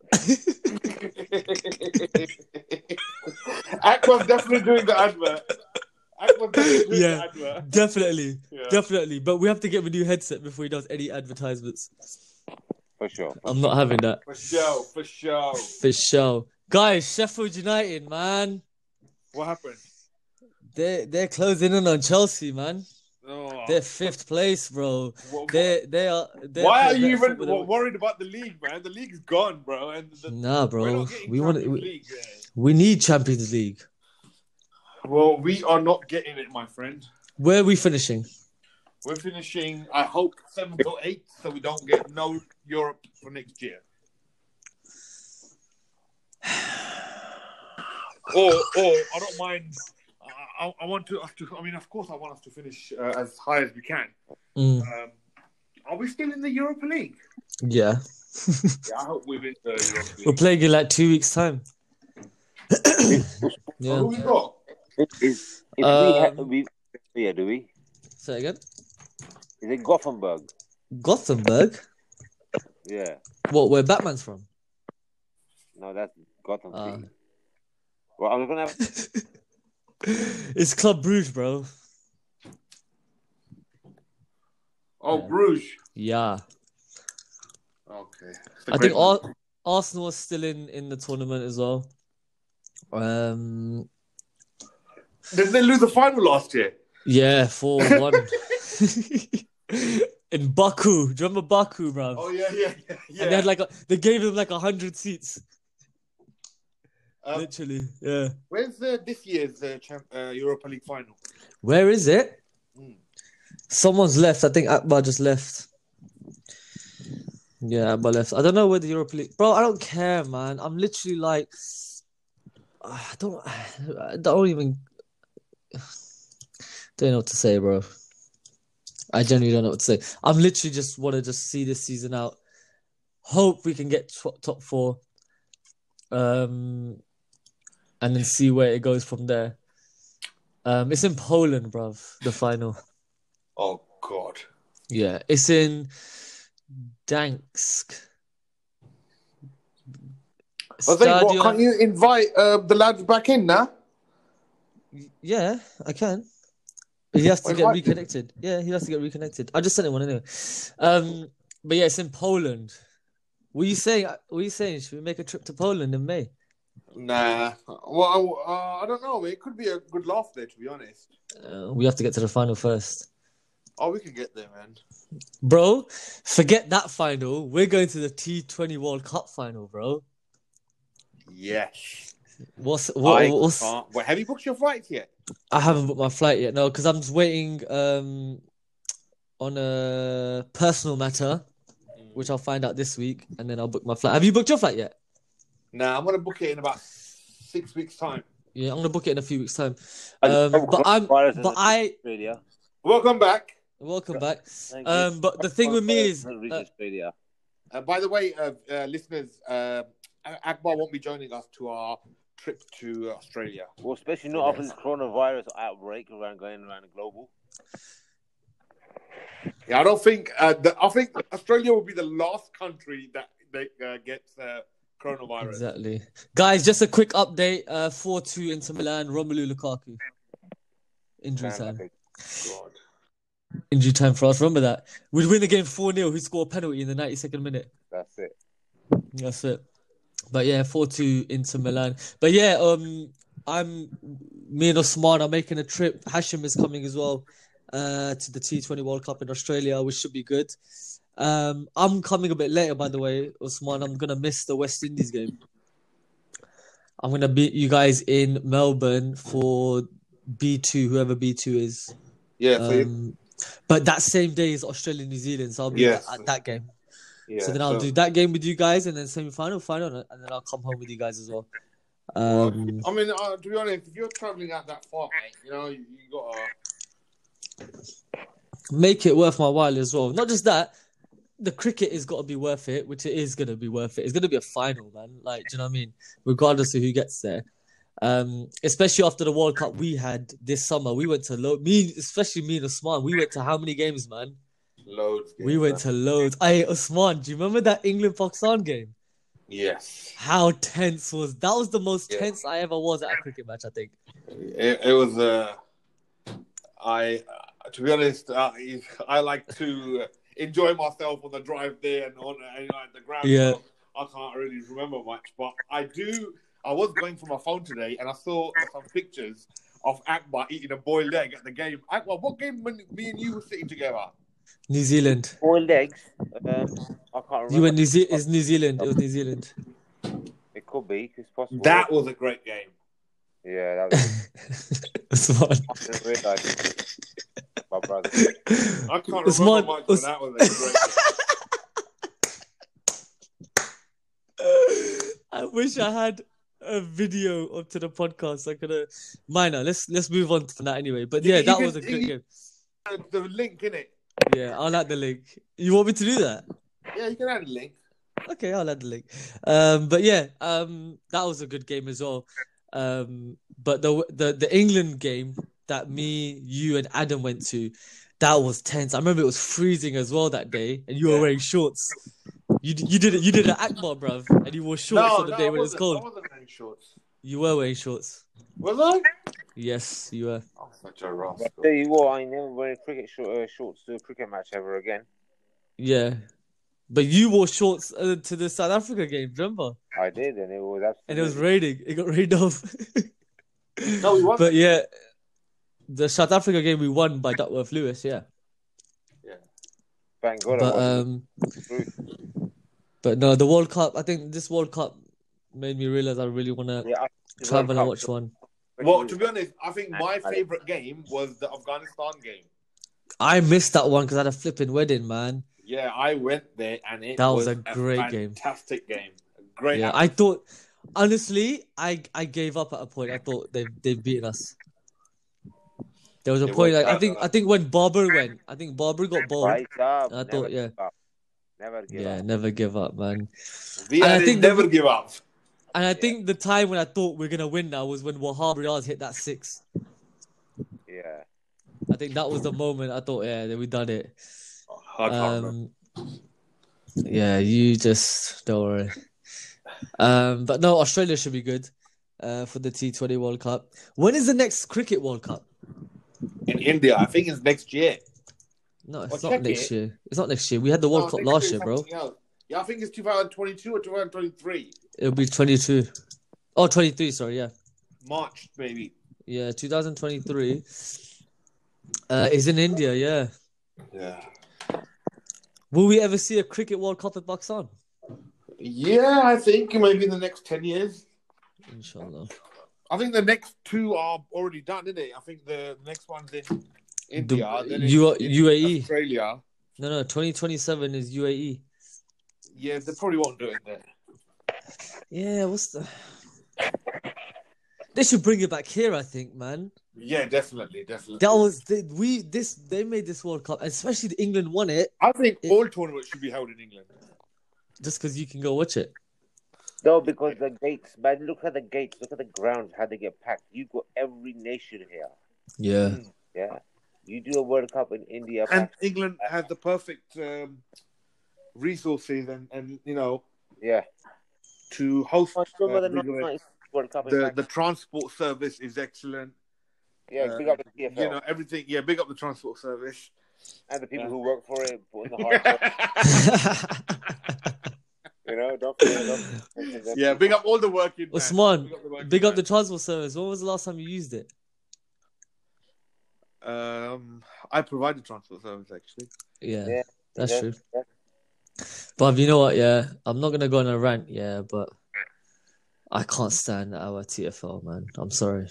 Speaker 3: Aqua's definitely doing the advert. Aqua's definitely doing
Speaker 1: Yeah.
Speaker 3: the advert.
Speaker 1: Definitely,
Speaker 3: Yeah.
Speaker 1: definitely. But we have to get him a new headset before he does any advertisements.
Speaker 2: For sure.
Speaker 1: I'm not having that
Speaker 3: For sure, for sure.
Speaker 1: for sure. Guys, Sheffield United, man,
Speaker 3: What happened?
Speaker 1: they they're closing in on Chelsea, man.
Speaker 3: Oh.
Speaker 1: They're fifth place, bro.
Speaker 3: Wha-
Speaker 1: They they are. They're
Speaker 3: Why are
Speaker 1: playing better
Speaker 3: you even
Speaker 1: football than-
Speaker 3: wo- worried about the league, man? The league's gone, bro. And the,
Speaker 1: Nah,
Speaker 3: we're
Speaker 1: bro.
Speaker 3: not getting
Speaker 1: We want
Speaker 3: Champions
Speaker 1: we,
Speaker 3: league. yeah.
Speaker 1: we need Champions League.
Speaker 3: Well, we are not getting it, my friend.
Speaker 1: Where are we finishing?
Speaker 3: We're finishing, I hope, seventh or eighth, so we don't get no Europe for next year. Or, or I don't mind. I, I- I want to, us to. I mean, of course, I want us to finish uh, as high as we can.
Speaker 1: Mm,
Speaker 3: Um, are we still in the Europa League?
Speaker 1: yeah,
Speaker 3: Yeah, I hope we're in the Europa
Speaker 1: we're
Speaker 3: League.
Speaker 1: playing in like two weeks' time. yeah.
Speaker 3: Who we got?
Speaker 2: Is, is
Speaker 1: Um,
Speaker 2: we, ha- we, yeah, do we?
Speaker 1: Say again.
Speaker 2: Is it Gothenburg?
Speaker 1: Gothenburg.
Speaker 2: Yeah.
Speaker 1: What? Where Batman's from?
Speaker 2: No, that's Gotham
Speaker 1: Ah.
Speaker 2: City. Well, I'm gonna have
Speaker 1: It's Club Bruges, bro.
Speaker 3: Oh,
Speaker 1: Yeah.
Speaker 3: Bruges.
Speaker 1: Yeah,
Speaker 3: Okay.
Speaker 1: I think Ar- Arsenal is still in in the tournament as well. Um,
Speaker 3: Did they lose the final last year?
Speaker 1: yeah, four one in Baku. Do you remember Baku, bro?
Speaker 3: Oh yeah, yeah, yeah. yeah.
Speaker 1: And they had like a, they gave them like a hundred seats,
Speaker 3: um,
Speaker 1: literally. Yeah.
Speaker 3: where's uh, this year's uh, champ- uh, Europa League final?
Speaker 1: Where is it?
Speaker 3: Hmm.
Speaker 1: Someone's left. I think Akbar just left. Yeah, Akbar left. I don't know where the Europa League. Bro, I don't care, man. I'm literally like, ah, I don't, I don't even. Don't know what to say, bro. I genuinely don't know what to say. I'm literally just want to just see this season out. Hope we can get tw- top four, um, and then see where it goes from there. Um, it's in Poland, bruv, the final.
Speaker 3: Oh God.
Speaker 1: Yeah, it's in Dansk.
Speaker 3: I think, what,
Speaker 1: Stadion-
Speaker 3: can't you invite uh, the lads back in now?
Speaker 1: Yeah, I can. He has to
Speaker 3: Wait,
Speaker 1: get
Speaker 3: what?
Speaker 1: reconnected. Yeah, he has to get reconnected. I just sent him one anyway. Um, but yeah, it's in Poland. What are you saying? What are you saying? Should we make a trip to Poland in May?
Speaker 3: Nah. Well, uh, I don't know. It could be a good laugh there, to be honest.
Speaker 1: Uh, we have to get to the final first.
Speaker 3: Oh, we can get there, man.
Speaker 1: Bro, forget that final. We're going to the T20 World Cup final, bro.
Speaker 3: Yes.
Speaker 1: What's what,
Speaker 3: I
Speaker 1: what's
Speaker 3: can't. Wait, have you booked your flights yet?
Speaker 1: I haven't booked my flight yet. No, because I'm just waiting um on a personal matter, which I'll find out this week, and then I'll book my flight. Have you booked your flight yet?
Speaker 3: Nah, I'm gonna book it in about six weeks' time.
Speaker 1: Yeah, I'm gonna book it in a few weeks' time.
Speaker 2: I just
Speaker 1: Um,
Speaker 2: hope
Speaker 1: but I'm,
Speaker 2: coronavirus
Speaker 1: but
Speaker 2: isn't
Speaker 1: I
Speaker 2: Australia.
Speaker 3: Welcome back.
Speaker 1: welcome back.
Speaker 2: Thank you.
Speaker 1: Um, but the thing with me is,
Speaker 2: Coronavirus
Speaker 1: uh,
Speaker 2: reached Australia.
Speaker 3: Uh, by the way, uh, uh, listeners, uh, Akbar won't be joining us to our trip to Australia.
Speaker 2: Well, especially not after this coronavirus outbreak around going around the global.
Speaker 3: Yeah, I don't think. Uh, the, I think Australia will be the last country that that uh, gets uh, coronavirus.
Speaker 1: Exactly. Guys, just a quick update. Uh, 4-2 Inter Milan, Romelu Lukaku. Injury
Speaker 3: Man,
Speaker 1: time.
Speaker 3: okay, God.
Speaker 1: Injury time for us. Remember that. We'd win the game 4-0. Who scored a penalty in the 92nd minute?
Speaker 2: That's it.
Speaker 1: That's it. But yeah, 4-2 Inter Milan. But yeah, um, I'm me and Osman are making a trip. Hashim is coming as well uh, to the T20 World Cup in Australia, which should be good. Um, I'm coming a bit later, by the way, Osman. I'm gonna miss the West Indies game. I'm gonna meet you guys in Melbourne for B2, whoever B2 is.
Speaker 3: Yeah. So you-
Speaker 1: Um, but that same day is Australia New Zealand, so I'll be
Speaker 3: Yes.
Speaker 1: at, at that game.
Speaker 3: yeah,
Speaker 1: So then I'll do that game with you guys, and then semi final, final, and then I'll come home with you guys as well. Um,
Speaker 3: I mean, uh, to be honest, if you're traveling out that far, mate, you know, you, you got to.
Speaker 1: make it worth my while as well. Not just that, the cricket has got to be worth it, which it is going to be worth it. It's going to be a final, man. Like, do you know what I mean? Regardless of who gets there. Um, especially after the World Cup we had this summer, we went to lo- me, especially me and Usman. We went to how many games, man?
Speaker 3: Loads.
Speaker 1: We went to loads. Hey, Usman, do you remember that England Pakistan game?
Speaker 3: Yes.
Speaker 1: How tense was that? Was the most
Speaker 3: Yeah.
Speaker 1: tense I ever was at a cricket match, I think.
Speaker 3: It, it was. Uh, I, uh, to be honest, uh, I like to enjoy myself on the drive there and on uh, you know, at the ground.
Speaker 1: Yeah.
Speaker 3: So I can't really remember much, but I do. I was going for my phone today, and I saw some pictures of Akbar eating a boiled egg at the game. Akbar, what game when me and you were sitting together?
Speaker 1: New Zealand.
Speaker 2: Four legs. Um, I can't remember.
Speaker 1: You went New Ze- it's New Zealand. It was New Zealand.
Speaker 2: It could be. It's possible.
Speaker 3: That was a great game.
Speaker 2: Yeah, that was.
Speaker 1: Usman.
Speaker 2: I didn't realise. My brother.
Speaker 3: I can't
Speaker 1: It's my-
Speaker 3: remember much, but
Speaker 1: it's-
Speaker 3: that was a great game.
Speaker 1: I wish I had a video up to the podcast. I could have minor. Let's let's move on from that anyway. But yeah,
Speaker 3: You
Speaker 1: that
Speaker 3: can-
Speaker 1: was a good
Speaker 3: you-
Speaker 1: game.
Speaker 3: the link in it.
Speaker 1: Yeah, I'll add the link. You want me to do that?
Speaker 3: Yeah, you can add a link.
Speaker 1: Okay, I'll add the link. Um, but yeah, um, that was a good game as well. Um, but the the the England game that me, you, and Adam went to, that was tense. I remember it was freezing as well that day, and you were
Speaker 3: Yeah.
Speaker 1: wearing shorts. You d- you did it. You did an Akbar, bruv, and you wore shorts on the day
Speaker 3: I
Speaker 1: when it was
Speaker 3: wasn't.
Speaker 1: cold.
Speaker 3: I wasn't wearing shorts.
Speaker 1: You were wearing shorts.
Speaker 3: Was I?
Speaker 1: Yes, you were.
Speaker 3: I'm Oh, such a
Speaker 2: But
Speaker 3: rascal.
Speaker 2: I tell you what, I ain't never wearing cricket short, uh, shorts to a cricket match ever again.
Speaker 1: Yeah, but you wore shorts uh, to the South Africa game, remember?
Speaker 2: I did, and it was absolutely.
Speaker 1: And it was raining. It got rained off.
Speaker 3: No, we wasn't.
Speaker 1: But yeah, the South Africa game we won by Duckworth Lewis. Yeah,
Speaker 2: Thank God.
Speaker 1: but
Speaker 2: I wasn't
Speaker 1: um,
Speaker 2: through.
Speaker 1: but no, the World Cup. I think this World Cup made me realize I really want to
Speaker 2: Yeah, I-
Speaker 1: travel and uh, watch one.
Speaker 3: Well, to be honest, I think my favorite game was the Afghanistan game.
Speaker 1: I missed that one because I had a flipping wedding, man.
Speaker 3: Yeah, I went there and it
Speaker 1: That was a great game.
Speaker 3: fantastic game. A Great.
Speaker 1: Yeah, I thought honestly, I I gave up at a point. I thought they they've beaten us. There was a
Speaker 3: They
Speaker 1: point
Speaker 3: were
Speaker 1: like I think I think when Barber went, I think Barber got bowled.
Speaker 2: Right up.
Speaker 1: I
Speaker 2: never
Speaker 1: thought, yeah.
Speaker 2: give up. Never give
Speaker 1: Yeah,
Speaker 2: up.
Speaker 1: never give up, man.
Speaker 3: the,
Speaker 1: And I
Speaker 3: I
Speaker 1: think
Speaker 3: think
Speaker 1: the-
Speaker 3: never give up.
Speaker 1: And I think the time when I thought we're gonna win now was when Wahab Riaz hit that six.
Speaker 2: Yeah.
Speaker 1: I think that was the moment I thought, yeah, then we done it.
Speaker 3: Oh, I can't remember.
Speaker 1: Um, yeah, you just don't worry. Um, but no, Australia should be good uh, for the T20 World Cup. When is the next Cricket World Cup?
Speaker 3: In India, I think it's next year.
Speaker 1: No, it's
Speaker 3: Well, Oh,
Speaker 1: not
Speaker 3: check
Speaker 1: next
Speaker 3: it.
Speaker 1: year. It's not next year. We had the World
Speaker 3: No,
Speaker 1: Cup
Speaker 3: next
Speaker 1: last
Speaker 3: is
Speaker 1: year, bro.
Speaker 3: something else. Yeah, I think it's 2022 or 2023.
Speaker 1: It'll be 22. Oh, 23, sorry, yeah.
Speaker 3: March, maybe.
Speaker 1: Yeah, 2023. Uh, is in India, yeah.
Speaker 3: Yeah.
Speaker 1: Will we ever see a Cricket World Cup in Pakistan?
Speaker 3: Yeah, I think maybe in the next 10 years.
Speaker 1: Inshallah.
Speaker 3: I think the next two are already done, isn't it? I think the, the next one's in India.
Speaker 1: Dub-
Speaker 3: then it's
Speaker 1: U- E.
Speaker 3: in
Speaker 1: UAE.
Speaker 3: Australia.
Speaker 1: No, no, 2027 is E. UAE.
Speaker 3: Yeah, they probably won't do it there.
Speaker 1: Yeah, what's the. They should bring it back here, I think, man.
Speaker 3: Yeah, definitely, definitely.
Speaker 1: That was the, we this they made this World Cup, especially the England won it
Speaker 3: I think
Speaker 1: It-
Speaker 3: all tournaments should be held in England.
Speaker 1: just because you can go watch it.
Speaker 2: No, because the gates, man. Look at the gates. Look at the grounds. How they get packed. You got every nation here.
Speaker 1: Yeah,
Speaker 2: Yeah. You do a World Cup in India.
Speaker 3: And
Speaker 2: Pakistan,
Speaker 3: England has the perfect um, resources and, and, you know,
Speaker 2: yeah.
Speaker 3: to host
Speaker 2: I
Speaker 3: uh,
Speaker 2: remember
Speaker 3: big
Speaker 2: the
Speaker 3: events.
Speaker 2: 1996 World Cup in
Speaker 3: the, the
Speaker 2: Pakistan.
Speaker 3: transport service is excellent.
Speaker 2: Yeah,
Speaker 3: uh,
Speaker 2: big up the CFL
Speaker 3: You know, everything. Yeah, big up the transport service.
Speaker 2: and the people
Speaker 3: yeah.
Speaker 2: who work for it, put in the hard work. You know, don't forget. Don't forget them.
Speaker 3: yeah, big up all the working. men.
Speaker 1: Osman,
Speaker 3: the working
Speaker 1: big up the
Speaker 3: men.
Speaker 1: transport service. When was the last time you used it?
Speaker 3: Um, I provide the transport service actually.
Speaker 1: Yeah,
Speaker 2: Yeah,
Speaker 1: that's
Speaker 2: yeah,
Speaker 1: true.
Speaker 2: yeah.
Speaker 1: But you know what? Yeah, I'm not gonna go on a rant. Yeah, but I can't stand our TFL, man. I'm sorry.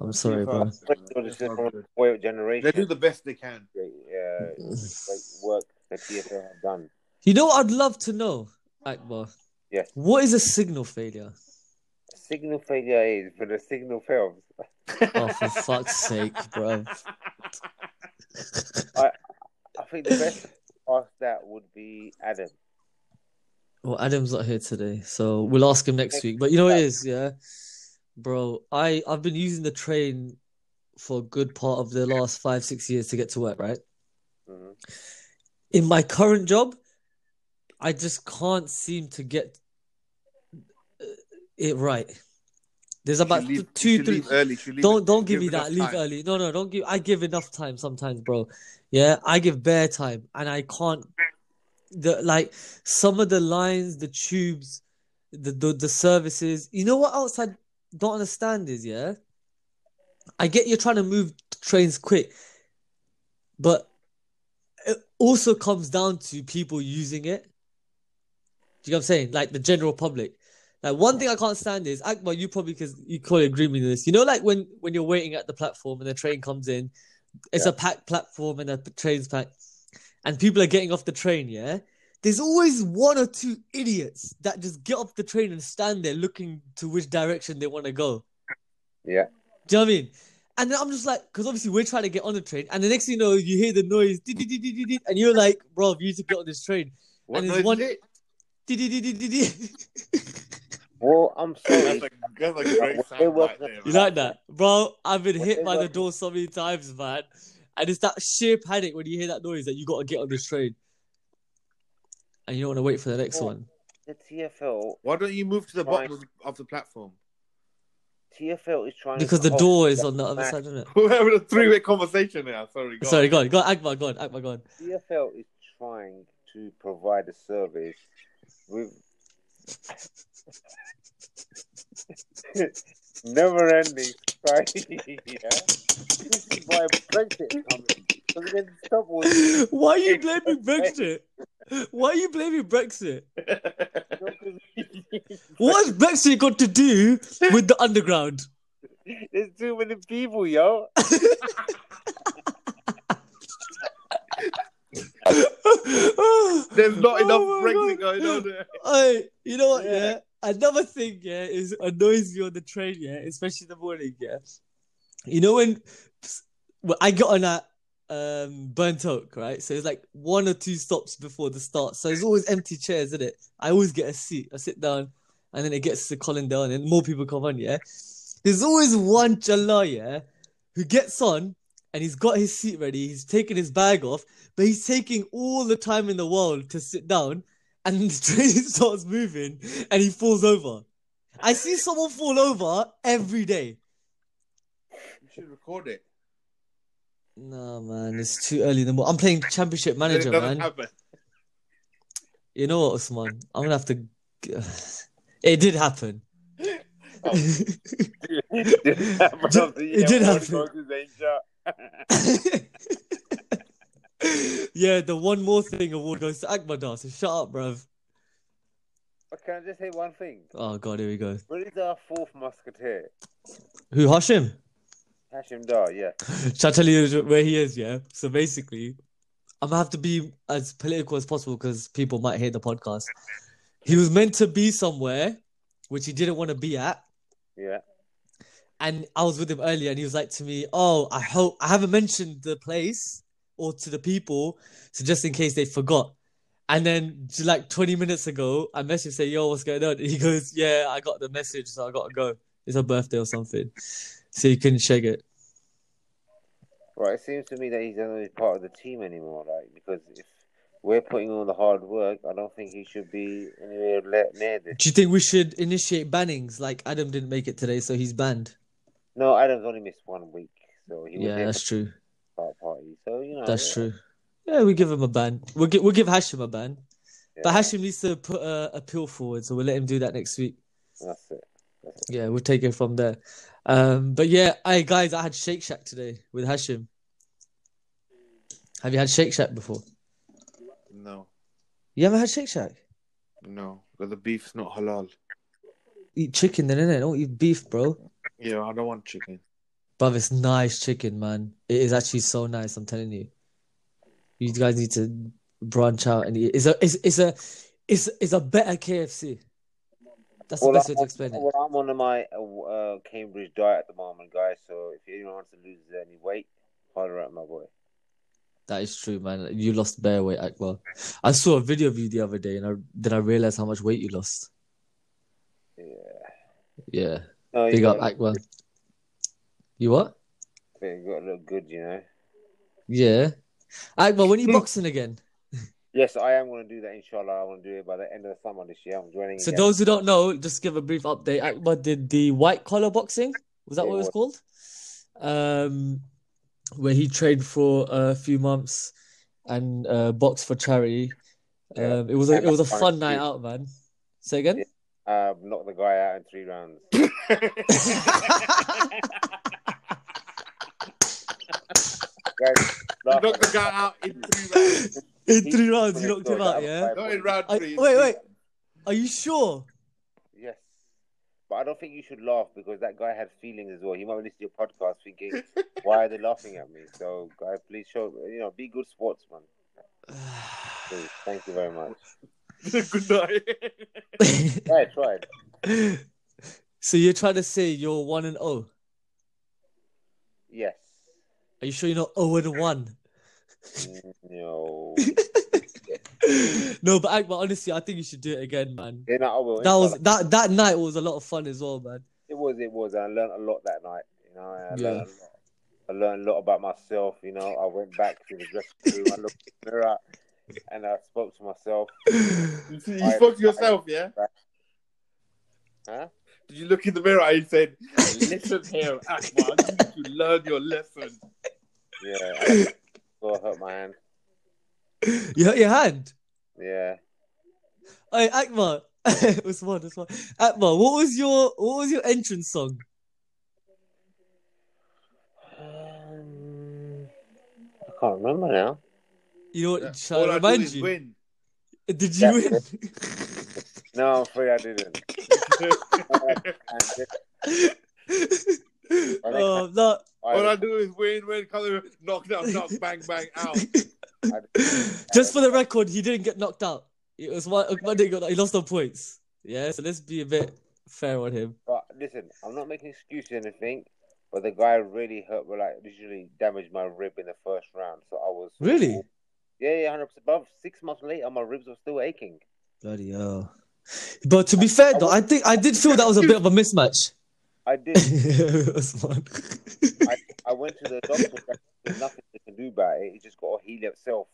Speaker 1: I'm sorry, bro.
Speaker 2: Boy of generation.
Speaker 3: They do the best they can.
Speaker 2: great, uh, great work that TFL have done.
Speaker 1: You know what I'd love to know, Akbar?
Speaker 2: Yes.
Speaker 1: What is a signal failure?
Speaker 2: Signal failure is for the signal fails.
Speaker 1: Oh, for fuck's sake, bro.
Speaker 2: I think the best ask that would be Adam.
Speaker 1: Well, Adam's not here today, so we'll ask him next week. But you know what it is, yeah, bro. I I've been using the train for a good part of the last five six years to get to work. Right
Speaker 2: Mhm.
Speaker 1: in my current job, I just can't seem to get uh, it right. There's about
Speaker 3: Should leave-
Speaker 1: th- two
Speaker 3: should
Speaker 1: three.
Speaker 3: leave early. should leave-
Speaker 1: Don't don't give me
Speaker 3: enough
Speaker 1: that. Leave
Speaker 3: time.
Speaker 1: early. No, no, don't give. I give enough time sometimes, bro. Yeah, I give bare time, and I can't. The like some of the lines, the tubes, the the, the services. You know what else I don't understand is yeah. I get you're trying to move trains quick, but it also comes down to people using it. Do you know what I'm saying? Like the general public. Like one thing I can't stand is Akbar, you probably because you call it agreement with this. You know, like when when you're waiting at the platform and the train comes in, it's a packed platform and the p- train's packed, and people are getting off the train. Yeah, there's always one or two idiots that just get off the train and stand there looking to which direction they want to go.
Speaker 2: Yeah.
Speaker 1: Do you know what I mean? And then I'm just like, because obviously we're trying to get on the train, and the next thing you know, you hear the noise, "Dee, dee, dee, dee, dee, dee," and you're like, bro, you need to get on this train.
Speaker 3: What
Speaker 1: And
Speaker 3: noise
Speaker 1: there's
Speaker 3: is
Speaker 1: one-
Speaker 3: it?
Speaker 1: Dee, dee, dee, dee, dee, dee.
Speaker 2: Well, I'm sorry.
Speaker 3: That's a, that's a great
Speaker 2: What they
Speaker 3: sound
Speaker 2: work-
Speaker 3: right there.
Speaker 1: You
Speaker 3: man.
Speaker 1: like that, bro? I've been
Speaker 2: What
Speaker 1: hit
Speaker 2: they
Speaker 1: by the
Speaker 2: want-
Speaker 1: door so many times, man. And it's that sheer panic when you hear that noise that you got to get on this train, and you don't want to wait for the next
Speaker 2: Oh.
Speaker 1: one.
Speaker 2: the TFL,
Speaker 3: Why don't you move to the bottom of, of the platform?
Speaker 2: TFL is trying
Speaker 1: Because the
Speaker 2: to
Speaker 1: door is on the other
Speaker 2: man.
Speaker 1: side, isn't it?
Speaker 3: We're having a three-way conversation now. Sorry, go
Speaker 1: Sorry,
Speaker 3: on.
Speaker 1: go on, go on, Akbar, go on, Akbar, go on.
Speaker 2: TFL is trying to provide a service with never ending society. yeah? This is why Brexit is coming. So we can stop all this.
Speaker 1: Why are you blaming Brexit? Why are you blaming Brexit? What has Brexit got to do with the underground?
Speaker 2: There's too many people, yo.
Speaker 3: There's not
Speaker 1: Oh
Speaker 3: enough
Speaker 1: my God.
Speaker 3: Brexit going on there.
Speaker 1: Oi, you know what? Yeah.
Speaker 2: Yeah.
Speaker 1: Another thing, yeah, is annoys me on the train, yeah, especially in the morning, yeah. You know when, when I got on at um Burnt Oak, right? So it's like one or two stops before the start. So there's always empty chairs, isn't it? I always get a seat. I sit down, and then it gets to Collindale, and then more people come on, yeah. There's always one Jala, yeah, who gets on and he's got his seat ready. He's taken his bag off, but he's taking all the time in the world to sit down and the train starts moving and he falls over. I see someone fall over every day.
Speaker 3: You should record it.
Speaker 1: No man, it's too early in the morning. I'm playing Championship
Speaker 3: Then it
Speaker 1: Manager,
Speaker 3: doesn't
Speaker 1: man.
Speaker 3: happen.
Speaker 1: You know what, Usman? I'm gonna have to. It did happen.
Speaker 2: it did happen.
Speaker 1: Did-
Speaker 2: after
Speaker 1: it
Speaker 2: you
Speaker 1: did
Speaker 2: had one
Speaker 1: happen.
Speaker 2: goal to Zayn Shah.
Speaker 1: yeah, the one more thing award goes to Akmadar. So shut up, bruv.
Speaker 2: But Can I just say one thing?
Speaker 1: Oh god, here we go.
Speaker 2: Where is our fourth musketeer?
Speaker 1: Who Hashim?
Speaker 2: Hashim Dar, yeah.
Speaker 1: Shall I tell you where he is? Yeah. So basically, I'm gonna have to be as political as possible because people might hate the podcast. He was meant to be somewhere, which he didn't want to be at.
Speaker 2: Yeah.
Speaker 1: and I was with him earlier, and he was like to me, "Oh, I hope I haven't mentioned the place or to the people, so just in case they forgot." And then, j- like twenty minutes ago, I messaged him say, "Yo, what's going on?" And he goes, "Yeah, I got the message, so I gotta go. It's her birthday or something, so you couldn't shake it."
Speaker 2: Right, it seems to me that he's not really part of the team anymore, right? Because if we're putting all the hard work, I don't think he should be anywhere le- near this.
Speaker 1: Do you think we should initiate bannings? Like Adam didn't make it today, so he's banned.
Speaker 2: No, Adam's only missed one week, so Oh, he was
Speaker 1: Yeah,
Speaker 2: never
Speaker 1: that's true.
Speaker 2: part of the party. So you know,
Speaker 1: That's true. Yeah, we give him a ban. We'll give we'll give Hashim a ban,
Speaker 2: yeah,
Speaker 1: but Hashim needs to put a appeal forward, so we'll let him do that next week.
Speaker 2: That's it.
Speaker 1: Yeah, we'll take it from there. Um, but yeah, I guys, I had Shake Shack today with Hashim. Have you had Shake Shack before?
Speaker 3: No,
Speaker 1: You haven't had Shake Shack?
Speaker 3: no, because the beef's not halal.
Speaker 1: Eat chicken then, innit? Don't eat beef, bro.
Speaker 3: Yeah, I don't want chicken.
Speaker 1: But it's nice chicken, man. It is actually so nice, I'm telling you. You guys need to branch out and eat. It's a it's, it's a it's it's a better KFC. That's the
Speaker 2: Well,
Speaker 1: best
Speaker 2: I'm
Speaker 1: way to
Speaker 2: on-
Speaker 1: explain it.
Speaker 2: Well, I'm on my uh, uh, Cambridge diet at the moment, guys. So if anyone wants to lose any weight, holler at my boy.
Speaker 1: That is true, man. You lost bear weight, Akbar. I saw a video of you the other day and I then I realized how much weight you lost.
Speaker 2: Yeah.
Speaker 1: Yeah.
Speaker 2: No,
Speaker 1: Big
Speaker 2: you
Speaker 1: up
Speaker 2: gotta look
Speaker 1: Akbar. You what?
Speaker 2: good, You got to look good, you know.
Speaker 1: Yeah. Akbar, when are you boxing again?
Speaker 2: Yes, I am going to do that. Inshallah, I want to do it by the end of the summer this year. I'm joining.
Speaker 1: So
Speaker 2: again.
Speaker 1: those who don't know, just give a brief update. Akbar did the white collar boxing. Was that what it was called? Um, where he trained for a few months and uh, boxed for charity.
Speaker 2: Yeah.
Speaker 1: Um, it was a, it was a fun night out, man. Say again.
Speaker 2: uh, knock the guy out in three rounds. Guys, laugh
Speaker 3: Knock the
Speaker 2: at
Speaker 3: guy
Speaker 2: that.
Speaker 3: out in three rounds.
Speaker 1: In three rounds, you knocked him out. Yeah.
Speaker 3: Not in round
Speaker 1: I-
Speaker 3: three. in
Speaker 1: wait,
Speaker 3: three.
Speaker 1: wait. Are you sure?
Speaker 2: Yes. But I don't think you should laugh because that guy had feelings as well. He might listen to your podcast thinking, why are they laughing at me? So, guys, please show, you know, be good sportsman. Please. Thank you very much.
Speaker 3: Good night.
Speaker 2: Yeah, I tried.
Speaker 1: so you're trying to say you're one and oh?
Speaker 2: Yes.
Speaker 1: Are you sure you're not oh and one?
Speaker 2: No.
Speaker 1: no, but Akbar, honestly, I think you should do it again, man.
Speaker 2: Yeah, no, I will.
Speaker 1: That was that that night was a lot of fun as well, man.
Speaker 2: It was, it was. And I learned a lot that night. You know,
Speaker 1: Yeah.
Speaker 2: I learned a lot. I learned a lot about myself. You know, I went back to the dressing room, I looked in the mirror, and I spoke to myself.
Speaker 3: You see, you spoke to yourself, yeah?
Speaker 2: Huh?
Speaker 3: Did you look in the mirror and said, Listen here, Akbar, you need to learn your lesson.
Speaker 2: Yeah. I, so I hurt my hand.
Speaker 1: You hurt your hand.
Speaker 2: Yeah.
Speaker 1: Hey, Akbar. it was one, it was one. Akbar, what was your what was your entrance song?
Speaker 2: Um, I can't remember now.
Speaker 1: You know what?
Speaker 3: Yeah.
Speaker 1: Shall I
Speaker 3: All I did
Speaker 1: remind
Speaker 3: is
Speaker 1: you?
Speaker 3: win.
Speaker 1: Did
Speaker 2: Yeah.
Speaker 1: you win?
Speaker 2: No, I'm afraid I didn't. And just-
Speaker 1: oh, no.
Speaker 3: All
Speaker 2: I,
Speaker 3: I do is win, win, color, knock, knock, knock, bang, bang, out.
Speaker 1: Just for the record, he didn't get knocked out. It was one. one day he, got, knocked- he lost on points. Yeah, so let's be a bit fair on him.
Speaker 2: but listen, I'm not making excuses or anything, but the guy really hurt, well, like, literally damaged my rib in the first round. So I was.
Speaker 1: Really?
Speaker 2: Yeah, yeah, 100%. Above six months later, my ribs were still aching.
Speaker 1: Bloody hell. But to be fair though, I think I did feel that was a bit of a mismatch.
Speaker 2: I did.
Speaker 1: Usman.
Speaker 2: I went to the doctor. There's nothing they can do about it. It just got to heal itself.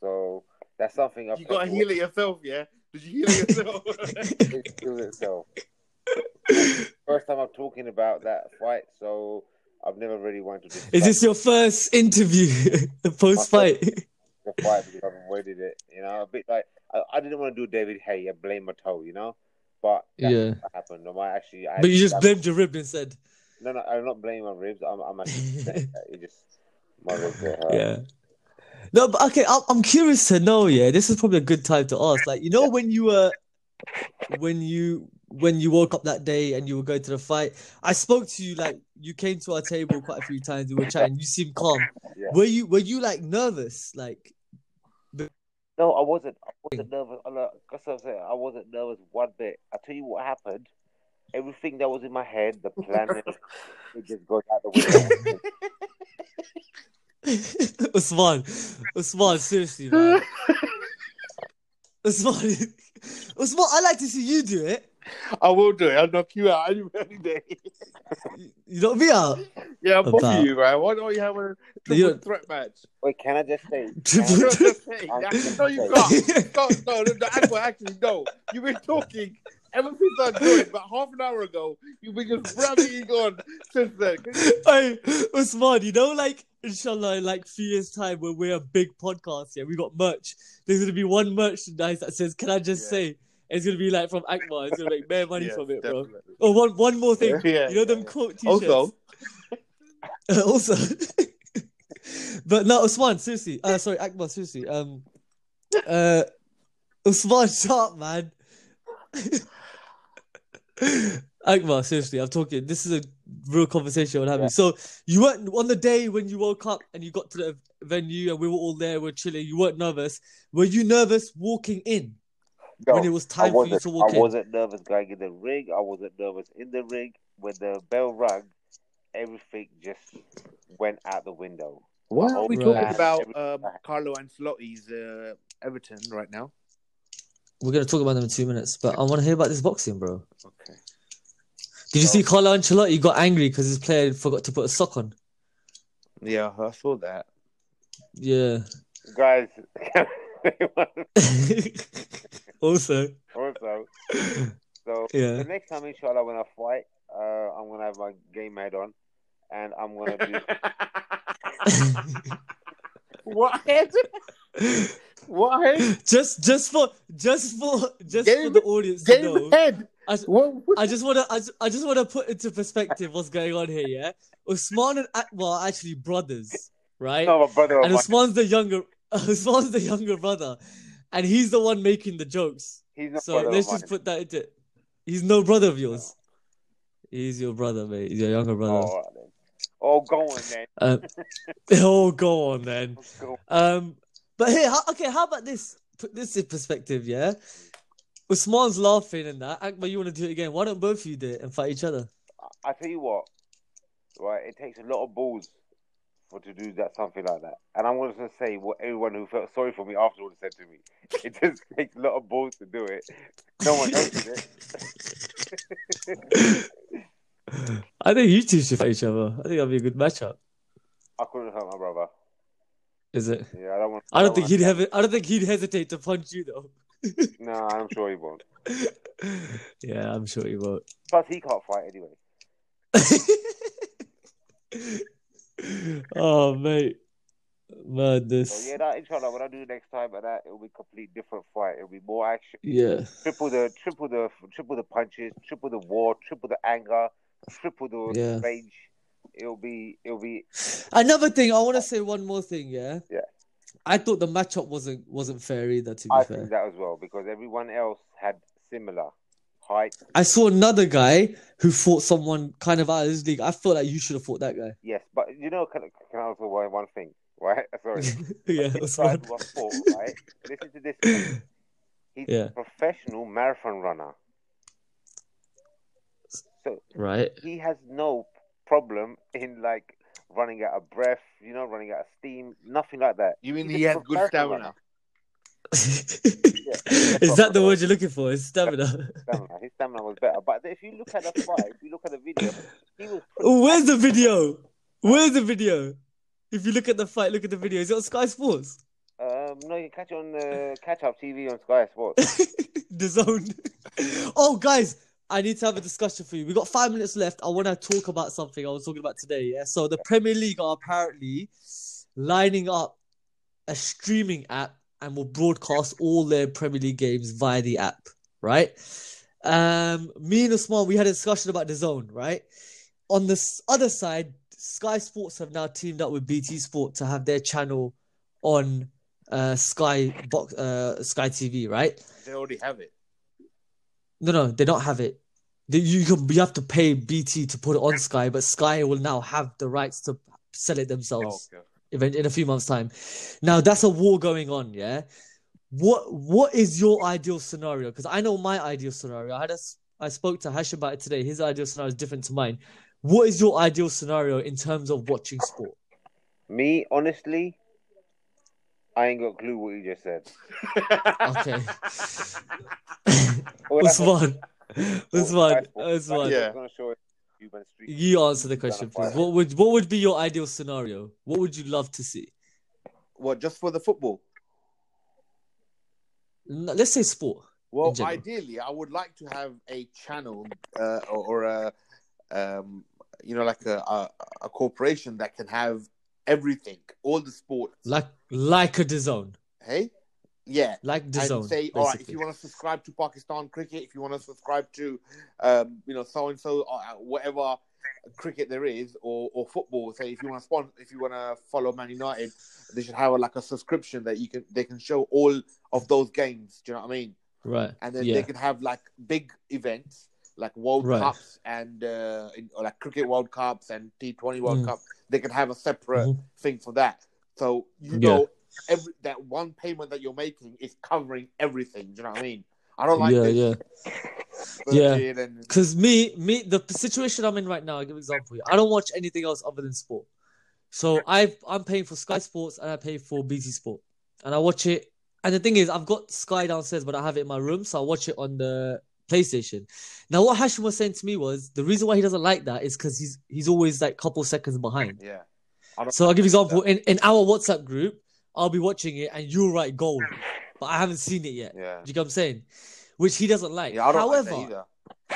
Speaker 2: So that's something I've
Speaker 3: You gotta
Speaker 2: taken
Speaker 3: heal it yourself, yeah? Did you heal it yourself?
Speaker 2: it kills itself. First time I'm talking about that fight, so I've never really wanted to.
Speaker 1: Is this your first interview post fight?
Speaker 2: the fight because I've avoided it. You know, a bit like I, I didn't want to do David Hay. I blame my toe. You know, but that's
Speaker 1: Yeah.
Speaker 2: what happened. I might actually. I
Speaker 1: But you just
Speaker 2: actually-
Speaker 1: blamed your rib and said,
Speaker 2: No, no, I'm not blaming my ribs. I'm, I'm actually saying that it just my ribs were hurt.
Speaker 1: yeah. No, but okay, I'm, I'm curious to know. Yeah, this is probably a good time to ask. Like, you know, when you were, when you when you woke up that day and you were going to the fight, I spoke to you. Like, you came to our table quite a few times. We were chatting. You seemed calm.
Speaker 2: Yeah.
Speaker 1: Were you were you like nervous? Like,
Speaker 2: No, I wasn't. I wasn't nervous. I, like, that's what I'm saying. I wasn't nervous one bit. I tell you what happened. Everything that was in my head, the planet, it just goes out the window.
Speaker 1: Usman, Usman, seriously, man. Usman, Usman, I like to see you do it.
Speaker 3: I will do it. I'll knock you out any, any day.
Speaker 1: You- You knock me out.
Speaker 3: Yeah, I'm
Speaker 1: About-
Speaker 3: buffing you, man. Why don't you have a triple
Speaker 1: You're-
Speaker 3: threat match?
Speaker 2: Wait, can I just say? can I
Speaker 1: Triple
Speaker 3: You know
Speaker 2: just
Speaker 3: what I'm saying? Yeah, no, you can't. No, no, no, no, actually, actually, no. You've been talking ever since I joined, but half an hour ago, you've been just rabbiting on since then.
Speaker 1: hey, Usman, you know, like inshallah, in like three years' time when we're a big podcast, yeah, we got merch. There's gonna be one merchandise that says, Can I just
Speaker 3: Yeah.
Speaker 1: say? It's gonna be like from Akbar, it's gonna make bare money
Speaker 3: Yes,
Speaker 1: from it, bro.
Speaker 3: definitely.
Speaker 1: Oh, one one more thing.
Speaker 3: Yeah,
Speaker 1: you know
Speaker 3: yeah,
Speaker 1: them
Speaker 3: yeah.
Speaker 1: quote t-shirts.
Speaker 3: Also,
Speaker 1: Uh, also. but no, Usman, seriously. Uh, sorry, Akbar, seriously. Um, uh, Usman, shut up, man. Akbar, seriously, I'm talking. This is a real conversation I'm having.
Speaker 2: Yeah.
Speaker 1: So you weren't on the day when you woke up and you got to the venue and we were all there, we are chilling. You weren't nervous. Were you nervous walking in
Speaker 2: go?
Speaker 1: when it was
Speaker 2: I
Speaker 1: time for you
Speaker 2: wasn't.
Speaker 1: to
Speaker 2: I
Speaker 1: walk in?
Speaker 2: wasn't nervous going in the ring. I wasn't nervous in the ring. When the bell rang, everything just went out the window.
Speaker 3: why
Speaker 2: are
Speaker 3: are
Speaker 2: we
Speaker 3: we
Speaker 1: Right. talking
Speaker 3: talking
Speaker 2: about,
Speaker 3: about
Speaker 2: um,
Speaker 3: Carlo Ancelotti's uh, Everton right now?
Speaker 1: We're gonna talk about them in two minutes, but I want to hear about this boxing, bro.
Speaker 3: Okay.
Speaker 1: Did you
Speaker 2: Oh.
Speaker 1: see Carlo Ancelotti got angry because his player forgot to put a sock on?
Speaker 3: Yeah, I saw that.
Speaker 1: Yeah.
Speaker 2: Guys,
Speaker 1: also,
Speaker 2: also, so
Speaker 1: yeah.
Speaker 2: The next time, inshallah, when I fight, uh, I'm gonna have my game head on, and I'm gonna do.
Speaker 3: What head? What head?
Speaker 1: just, just for, just for, just for
Speaker 3: Game-
Speaker 1: the audience to
Speaker 3: Game
Speaker 1: know.
Speaker 3: head.
Speaker 1: I s-
Speaker 3: What?
Speaker 1: I just want to, I, ju- I just want to put into perspective what's going on here. Yeah, Usman and Akbar are actually brothers, right?
Speaker 2: No, Oh, my brother. of
Speaker 1: and
Speaker 2: mine,
Speaker 1: Usman's the younger, Usman's the younger brother, and he's the one making the jokes.
Speaker 2: he's not
Speaker 1: So
Speaker 2: brother
Speaker 1: let's
Speaker 2: of mine.
Speaker 1: just put that into. He's no brother of yours. He's your brother, mate. He's your younger
Speaker 2: Oh,
Speaker 1: brother.
Speaker 2: all right, then. oh, go on then.
Speaker 1: Um, oh, go on then.
Speaker 2: Go on.
Speaker 1: Um, but hey, how, okay, how about this? Put this in perspective, yeah. Usman's laughing and that. Akbar, you want to do it again? Why don't both of you do it and fight each other?
Speaker 2: I tell you what, right? It takes a lot of balls for to do that something like that. And I'm gonna just say what everyone who felt sorry for me afterwards said to me. It just takes a lot of balls to do it. No one noticed it.
Speaker 1: I think you two should fight each other. I think that'd be a good matchup.
Speaker 2: I couldn't hurt my brother.
Speaker 1: Is it?
Speaker 2: Yeah, Oh, I don't want.
Speaker 1: I don't think
Speaker 2: want-
Speaker 1: he'd have. I don't think he'd hesitate to punch you though.
Speaker 2: No, I'm sure he won't.
Speaker 1: yeah, I'm sure he won't.
Speaker 2: Plus, he can't fight anyway.
Speaker 1: oh mate,
Speaker 2: So
Speaker 1: madness.
Speaker 2: yeah, that inshallah, when I do next time, and that it'll be complete different fight. It'll be more action,
Speaker 1: Yeah.
Speaker 2: triple the triple the triple the punches, triple the war, triple the anger, triple the
Speaker 1: Yeah.
Speaker 2: rage. It'll be it'll be
Speaker 1: Another thing, I want to say one more thing. Yeah.
Speaker 2: Yeah.
Speaker 1: I thought the matchup wasn't wasn't fair either. To be
Speaker 2: I
Speaker 1: fair,
Speaker 2: think that as well because everyone else had similar height.
Speaker 1: I saw another guy who fought someone kind of out of his league. I felt like you should have fought that guy.
Speaker 2: Yes, but you know, can, can I also one one thing, right? Sorry.
Speaker 1: yeah, that's
Speaker 2: this guy
Speaker 1: right.
Speaker 2: who I fought, right? Listen to this. man. He's
Speaker 1: Yeah.
Speaker 2: a professional marathon runner. So
Speaker 1: Right.
Speaker 2: he has no problem in like running out of breath, you know, running out of steam, nothing like that.
Speaker 3: You mean
Speaker 2: He's a
Speaker 3: he has good
Speaker 2: professional
Speaker 3: stamina?
Speaker 1: Is that the word you're looking for? Is stamina?
Speaker 2: Stamina. His stamina was better, but if you look at the fight, if you look at the video, he was pretty
Speaker 1: Oh, Where's the video? Where's the video? If you look at the fight, look at the video. Is it on Sky Sports?
Speaker 2: Um, no, you catch it on uh, catch up TV on Sky Sports.
Speaker 1: the zone. oh, guys, I need to have a discussion for you. We got five minutes left. I want to talk about something I was talking about today. Yeah. So the Premier League are apparently lining up a streaming app and will broadcast all their Premier League games via the app, right? Um, me and Usman, we had a discussion about the zone, right? On the s- other side, Sky Sports have now teamed up with BT Sport to have their channel on uh, Sky box, uh, Sky TV, right?
Speaker 3: They already have it.
Speaker 1: No, no, they don't have it. They, you can, you have to pay BT to put it on Sky, but Sky will now have the rights to sell it themselves
Speaker 3: Oh, okay.
Speaker 1: event in a few months' time. Now that's a war going on, yeah. What what is your ideal scenario? Because I know my ideal scenario. I had a s I spoke to Hash about it today. His ideal scenario is different to mine. What is your ideal scenario in terms of watching sport?
Speaker 2: Me, honestly, I ain't got a clue what you just said.
Speaker 1: Okay.
Speaker 2: All I thought-
Speaker 1: Usman,
Speaker 2: all I
Speaker 1: Usman,
Speaker 2: thought-
Speaker 1: Usman.
Speaker 3: Yeah.
Speaker 2: I was gonna show you my street.
Speaker 1: You answer the question, please. What would what would be your ideal scenario? What would you love to see?
Speaker 3: what, just for the football?
Speaker 1: N- Let's say sport.
Speaker 3: Well,
Speaker 1: In general.
Speaker 3: ideally, I would like to have a channel uh, or, or a, um, you know, like a, a, a corporation that can have everything, all the sports.
Speaker 1: Like like a DAZN.
Speaker 3: hey, yeah,
Speaker 1: Like
Speaker 3: and
Speaker 1: DAZN.
Speaker 3: say, all right, if you want to subscribe to Pakistan cricket, if you want to subscribe to, um, you know, so and so, whatever cricket there is, or, or football. Say, if you want to sponsor, if you want to follow Man United, they should have like a subscription that you can they can show all of those games. Do you know what I mean?
Speaker 1: Right.
Speaker 3: And then
Speaker 1: yeah.
Speaker 3: they can have like big events like World
Speaker 1: Right.
Speaker 3: Cups and uh, in- or like cricket World Cups and T Twenty World
Speaker 1: Mm.
Speaker 3: Cup. They can have a separate
Speaker 1: Mhm.
Speaker 3: thing for that. So you
Speaker 1: Yeah.
Speaker 3: know every that one payment that you're making is covering everything. Do you know what I mean? I don't like
Speaker 1: yeah,
Speaker 3: this.
Speaker 1: yeah. yeah.
Speaker 3: Virgin And,
Speaker 1: Because me, me, the p- situation I'm in right now. I'll give an example. here. I don't watch anything else other than sport. So I, I'm paying for Sky Sports and I pay for BT Sport, and I watch it. And the thing is, I've got Sky downstairs, but I have it in my room, so I watch it on the PlayStation. Now, what Hashim was saying to me was the reason why he doesn't like that is because he's he's always like couple seconds behind.
Speaker 3: yeah.
Speaker 1: So I'll give you example in, in our WhatsApp group, I'll be watching it and you'll write gold, but I haven't seen it yet.
Speaker 3: Yeah.
Speaker 1: Do you get what I'm saying? Which he doesn't like.
Speaker 3: Yeah, I don't
Speaker 1: However,
Speaker 3: like that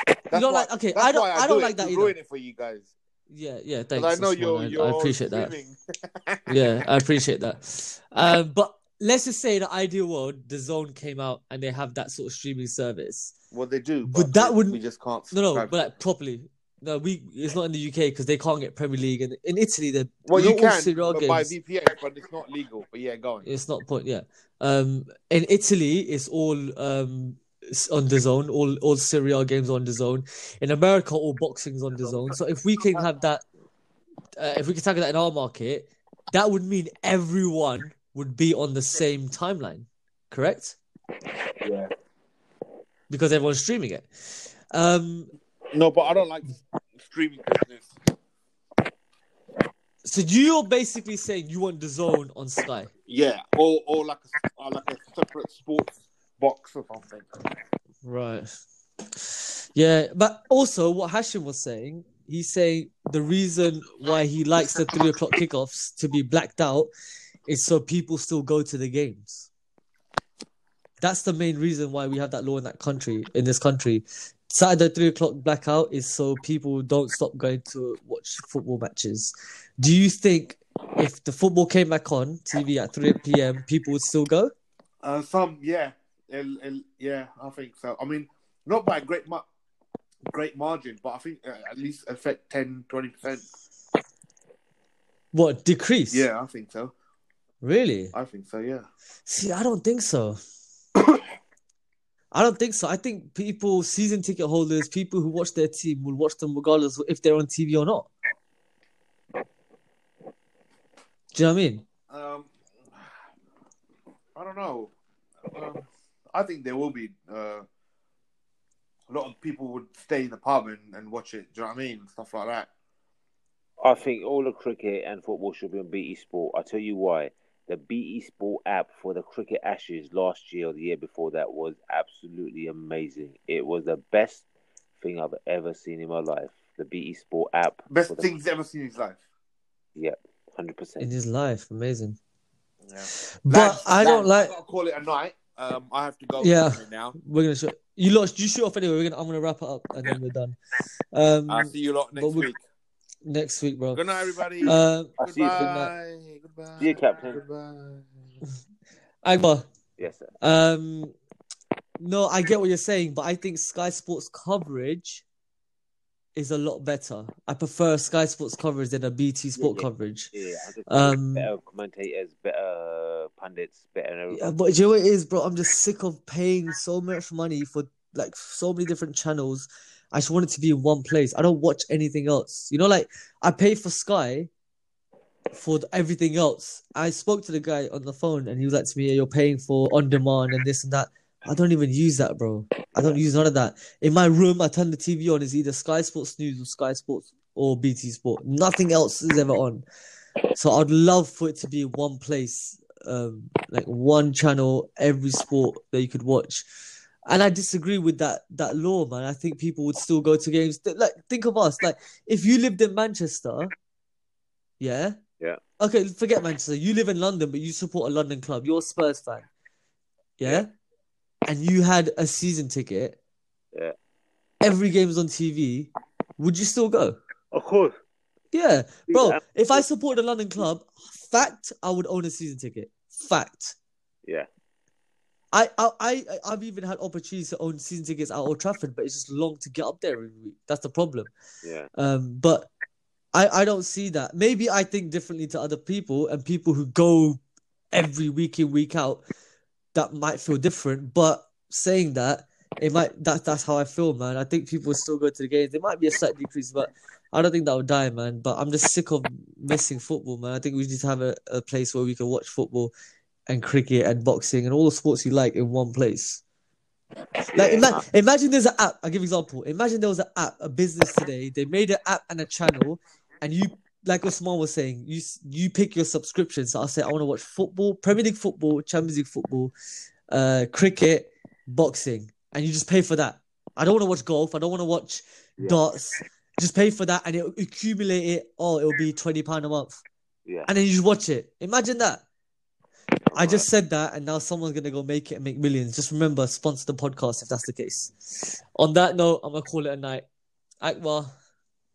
Speaker 3: either.
Speaker 1: you don't like okay, I don't
Speaker 3: why
Speaker 1: I,
Speaker 3: do
Speaker 1: don't
Speaker 3: it,
Speaker 1: like that
Speaker 3: to
Speaker 1: either.
Speaker 3: Ruin it for you guys.
Speaker 1: Yeah, yeah,
Speaker 3: Because
Speaker 1: thanks.
Speaker 3: I know
Speaker 1: Usman,
Speaker 3: you're,
Speaker 1: I-
Speaker 3: you're
Speaker 1: I appreciate that
Speaker 3: streaming.
Speaker 1: yeah, I appreciate that. Um, but let's just say in the ideal world, the zone came out and they have that sort of streaming service.
Speaker 3: Well, they do,
Speaker 1: But that
Speaker 3: we-
Speaker 1: wouldn't-
Speaker 3: We just can't.
Speaker 1: No, no,
Speaker 3: subscribe.
Speaker 1: but like properly. No, we it's not in the UK because they can't get Premier League and in Italy they
Speaker 3: well, you
Speaker 1: not all
Speaker 3: can
Speaker 1: Serie A
Speaker 3: but by
Speaker 1: games.
Speaker 3: VPN, but it's not legal. But yeah, go on.
Speaker 1: It's not point. Yeah. Um, in Italy, it's all um s- on the zone. All all Serie A games on the zone. In America, all boxing's on the zone. So if we can have that, uh, if we can tackle that in our market, that would mean everyone would be on the same timeline, correct?
Speaker 3: Yeah.
Speaker 1: Because everyone's streaming it. Um,
Speaker 3: No, but I don't like streaming business.
Speaker 1: so you're basically saying you want the zone on Sky.
Speaker 3: Yeah, or or like a, or like a separate sports box or something.
Speaker 1: Right. Yeah, but also what Hashim was saying, he's saying the reason why he likes the three o'clock kickoffs to be blacked out is so people still go to the games. That's the main reason why we have that law in that country, in this country. Saturday three o'clock blackout is so people don't stop going to watch football matches. Do you think if the football came back on TV at three PM, people would still go?
Speaker 3: Uh, some, yeah, It'll- it'll- yeah, I think so. I mean, not by a great mar- great margin, but I think uh, at least affect 10 20 percent.
Speaker 1: What decrease?
Speaker 3: Yeah, I think so.
Speaker 1: Really?
Speaker 3: I think so. Yeah.
Speaker 1: See, I don't think so. I don't think so. I think people, season ticket holders, people who watch their team will watch them regardless if they're on TV or not. Do you know what I mean?
Speaker 3: Um, I don't know. Um, I think there will be uh, a lot of people would stay in the pub and, and watch it. Do you know what I mean? Stuff like that.
Speaker 2: I think all the cricket and football should be on BT Sport. I tell you why. The BT Sport app for the Cricket Ashes last year or the year before that was absolutely amazing. It was the best thing I've ever seen in my life. The BT Sport app.
Speaker 3: Best
Speaker 2: for the-
Speaker 3: thing he's ever seen in his life.
Speaker 1: In
Speaker 2: 100%.
Speaker 1: his life, amazing.
Speaker 3: Yeah.
Speaker 1: But I don't like.
Speaker 3: i call it a night. Um, I have to go.
Speaker 1: Yeah.
Speaker 3: Now.
Speaker 1: We're gonna shoot. You lost. You shoot off anyway. We're gonna. I'm gonna wrap it up and then we're done. Um,
Speaker 3: I'll see you lot next
Speaker 1: but we-
Speaker 3: week.
Speaker 1: next week, bro.
Speaker 3: Good night, everybody.
Speaker 1: Um,
Speaker 2: I'll see you soon.
Speaker 3: Goodbye. Goodbye.
Speaker 2: See you, Captain.
Speaker 3: Goodbye.
Speaker 1: Akbar,
Speaker 2: Yes, sir.
Speaker 1: Um, no, I get what you're saying, but I think Sky Sports coverage is a lot better. I prefer Sky Sports coverage than a BT Sport
Speaker 2: yeah.
Speaker 1: coverage.
Speaker 2: Yeah, I just
Speaker 1: Um,
Speaker 2: better commentators, better pundits, better
Speaker 1: Yeah,
Speaker 2: everything.
Speaker 1: but do you know what it is, bro? I'm just sick of paying so much money for like so many different channels. I just want it to be in one place. I don't watch anything else. You know, like I pay for Sky for th- everything else. I spoke to the guy on the phone and he was like to me, You're paying for on demand and this and that. I don't even use that, bro. I don't use none of that. In my room, I turn the TV on, it's either Sky Sports News or Sky Sports or BT Sport. Nothing else is ever on. So I'd love for it to be one place, um, like one channel, every sport that you could watch. And I disagree with that that law, man. I think people would still go to games. Th- Like, think of us. Like, if you lived in Manchester, yeah,
Speaker 2: Yeah.
Speaker 1: Okay, forget Manchester. You live in London, but you support a London club. You're a Spurs fan, yeah, and you had a season ticket.
Speaker 2: Yeah.
Speaker 1: Every game's on TV. Would you still go?
Speaker 2: Of course.
Speaker 1: Yeah, bro.
Speaker 2: Yeah.
Speaker 1: If I supported a London club, fact, I would own a season ticket. Fact.
Speaker 2: Yeah.
Speaker 1: I, I, I, I've even had opportunities to own season tickets at Old Trafford, but it's just long to get up there every week. That's the problem.
Speaker 2: Yeah.
Speaker 1: Um, but I, I don't see that. Maybe I think differently to other people, and people who go every week in week out, that might feel different. But saying that, it might that that's how I feel, man. I think people still go to the games. There might be a slight decrease, but I don't think that would die, man. But I'm just sick of missing football, man. I think we need to have a, a place where we can watch football and cricket and boxing and all the sports you like in one place. Like
Speaker 2: Yeah.
Speaker 1: ima- imagine there's an app. I'll give you an example. Imagine there was an app, a business today. They made an app and a channel, and you like Osman was saying, you s- you pick your subscription. So I say I want to watch football, Premier League football, Champions League football, uh, cricket, boxing, and you just pay for that. I don't want to watch golf. I don't want to watch
Speaker 2: Yeah.
Speaker 1: darts. Just pay for that, and it'll accumulate it. Oh, it'll be twenty pound a month,
Speaker 2: Yeah.
Speaker 1: and then you just watch it. Imagine that. I
Speaker 2: Alright.
Speaker 1: just said that, and now someone's gonna go make it and make millions. Just remember, sponsor the podcast if that's the case. On that note, I'm gonna call it a night. Akbar,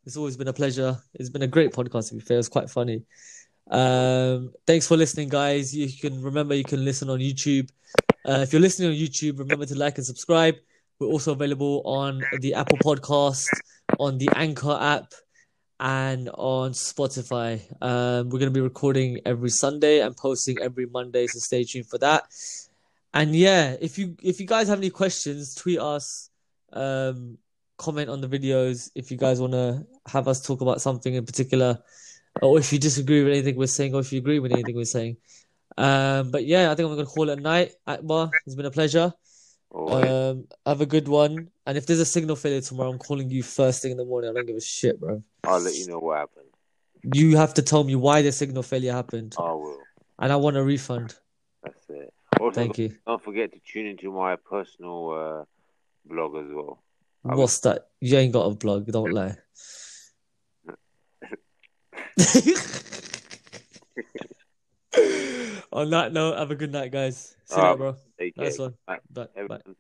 Speaker 1: it's always been a pleasure. It's been a great podcast. To be fair, it was quite funny. Um, thanks for listening, guys. You can remember you can listen on YouTube. Uh, if you're listening on YouTube, remember to like and subscribe. We're also available on the Apple Podcast, on the Anchor app, and on Spotify. Um, we're going to be recording every Sunday and posting every Monday, so stay tuned for that. And yeah, if you if you guys have any questions, tweet us, um, comment on the videos. If you guys want to have us talk about something in particular, or if you disagree with anything we're saying, or if you agree with anything we're saying. Um, but yeah, I think I'm going to call it a night. Akbar, it's been a pleasure.
Speaker 2: Alright.
Speaker 1: Um, have a good one. And if there's a signal failure tomorrow, I'm calling you first thing in the morning. I don't give a shit, bro.
Speaker 2: I'll let you know what happened.
Speaker 1: You have to tell me why the signal failure happened,
Speaker 2: I will.
Speaker 1: and I want a refund.
Speaker 2: That's it. Also,
Speaker 1: Thank you.
Speaker 2: don't forget to tune into my personal uh, blog as well. I will-
Speaker 1: What's that? You ain't got a blog. Don't lie. On that note, have a good night, guys. See you
Speaker 2: Um,
Speaker 1: later, bro.
Speaker 2: Take care.
Speaker 1: Nice one.
Speaker 2: Bye.
Speaker 1: Bye. Bye.
Speaker 2: Everyone,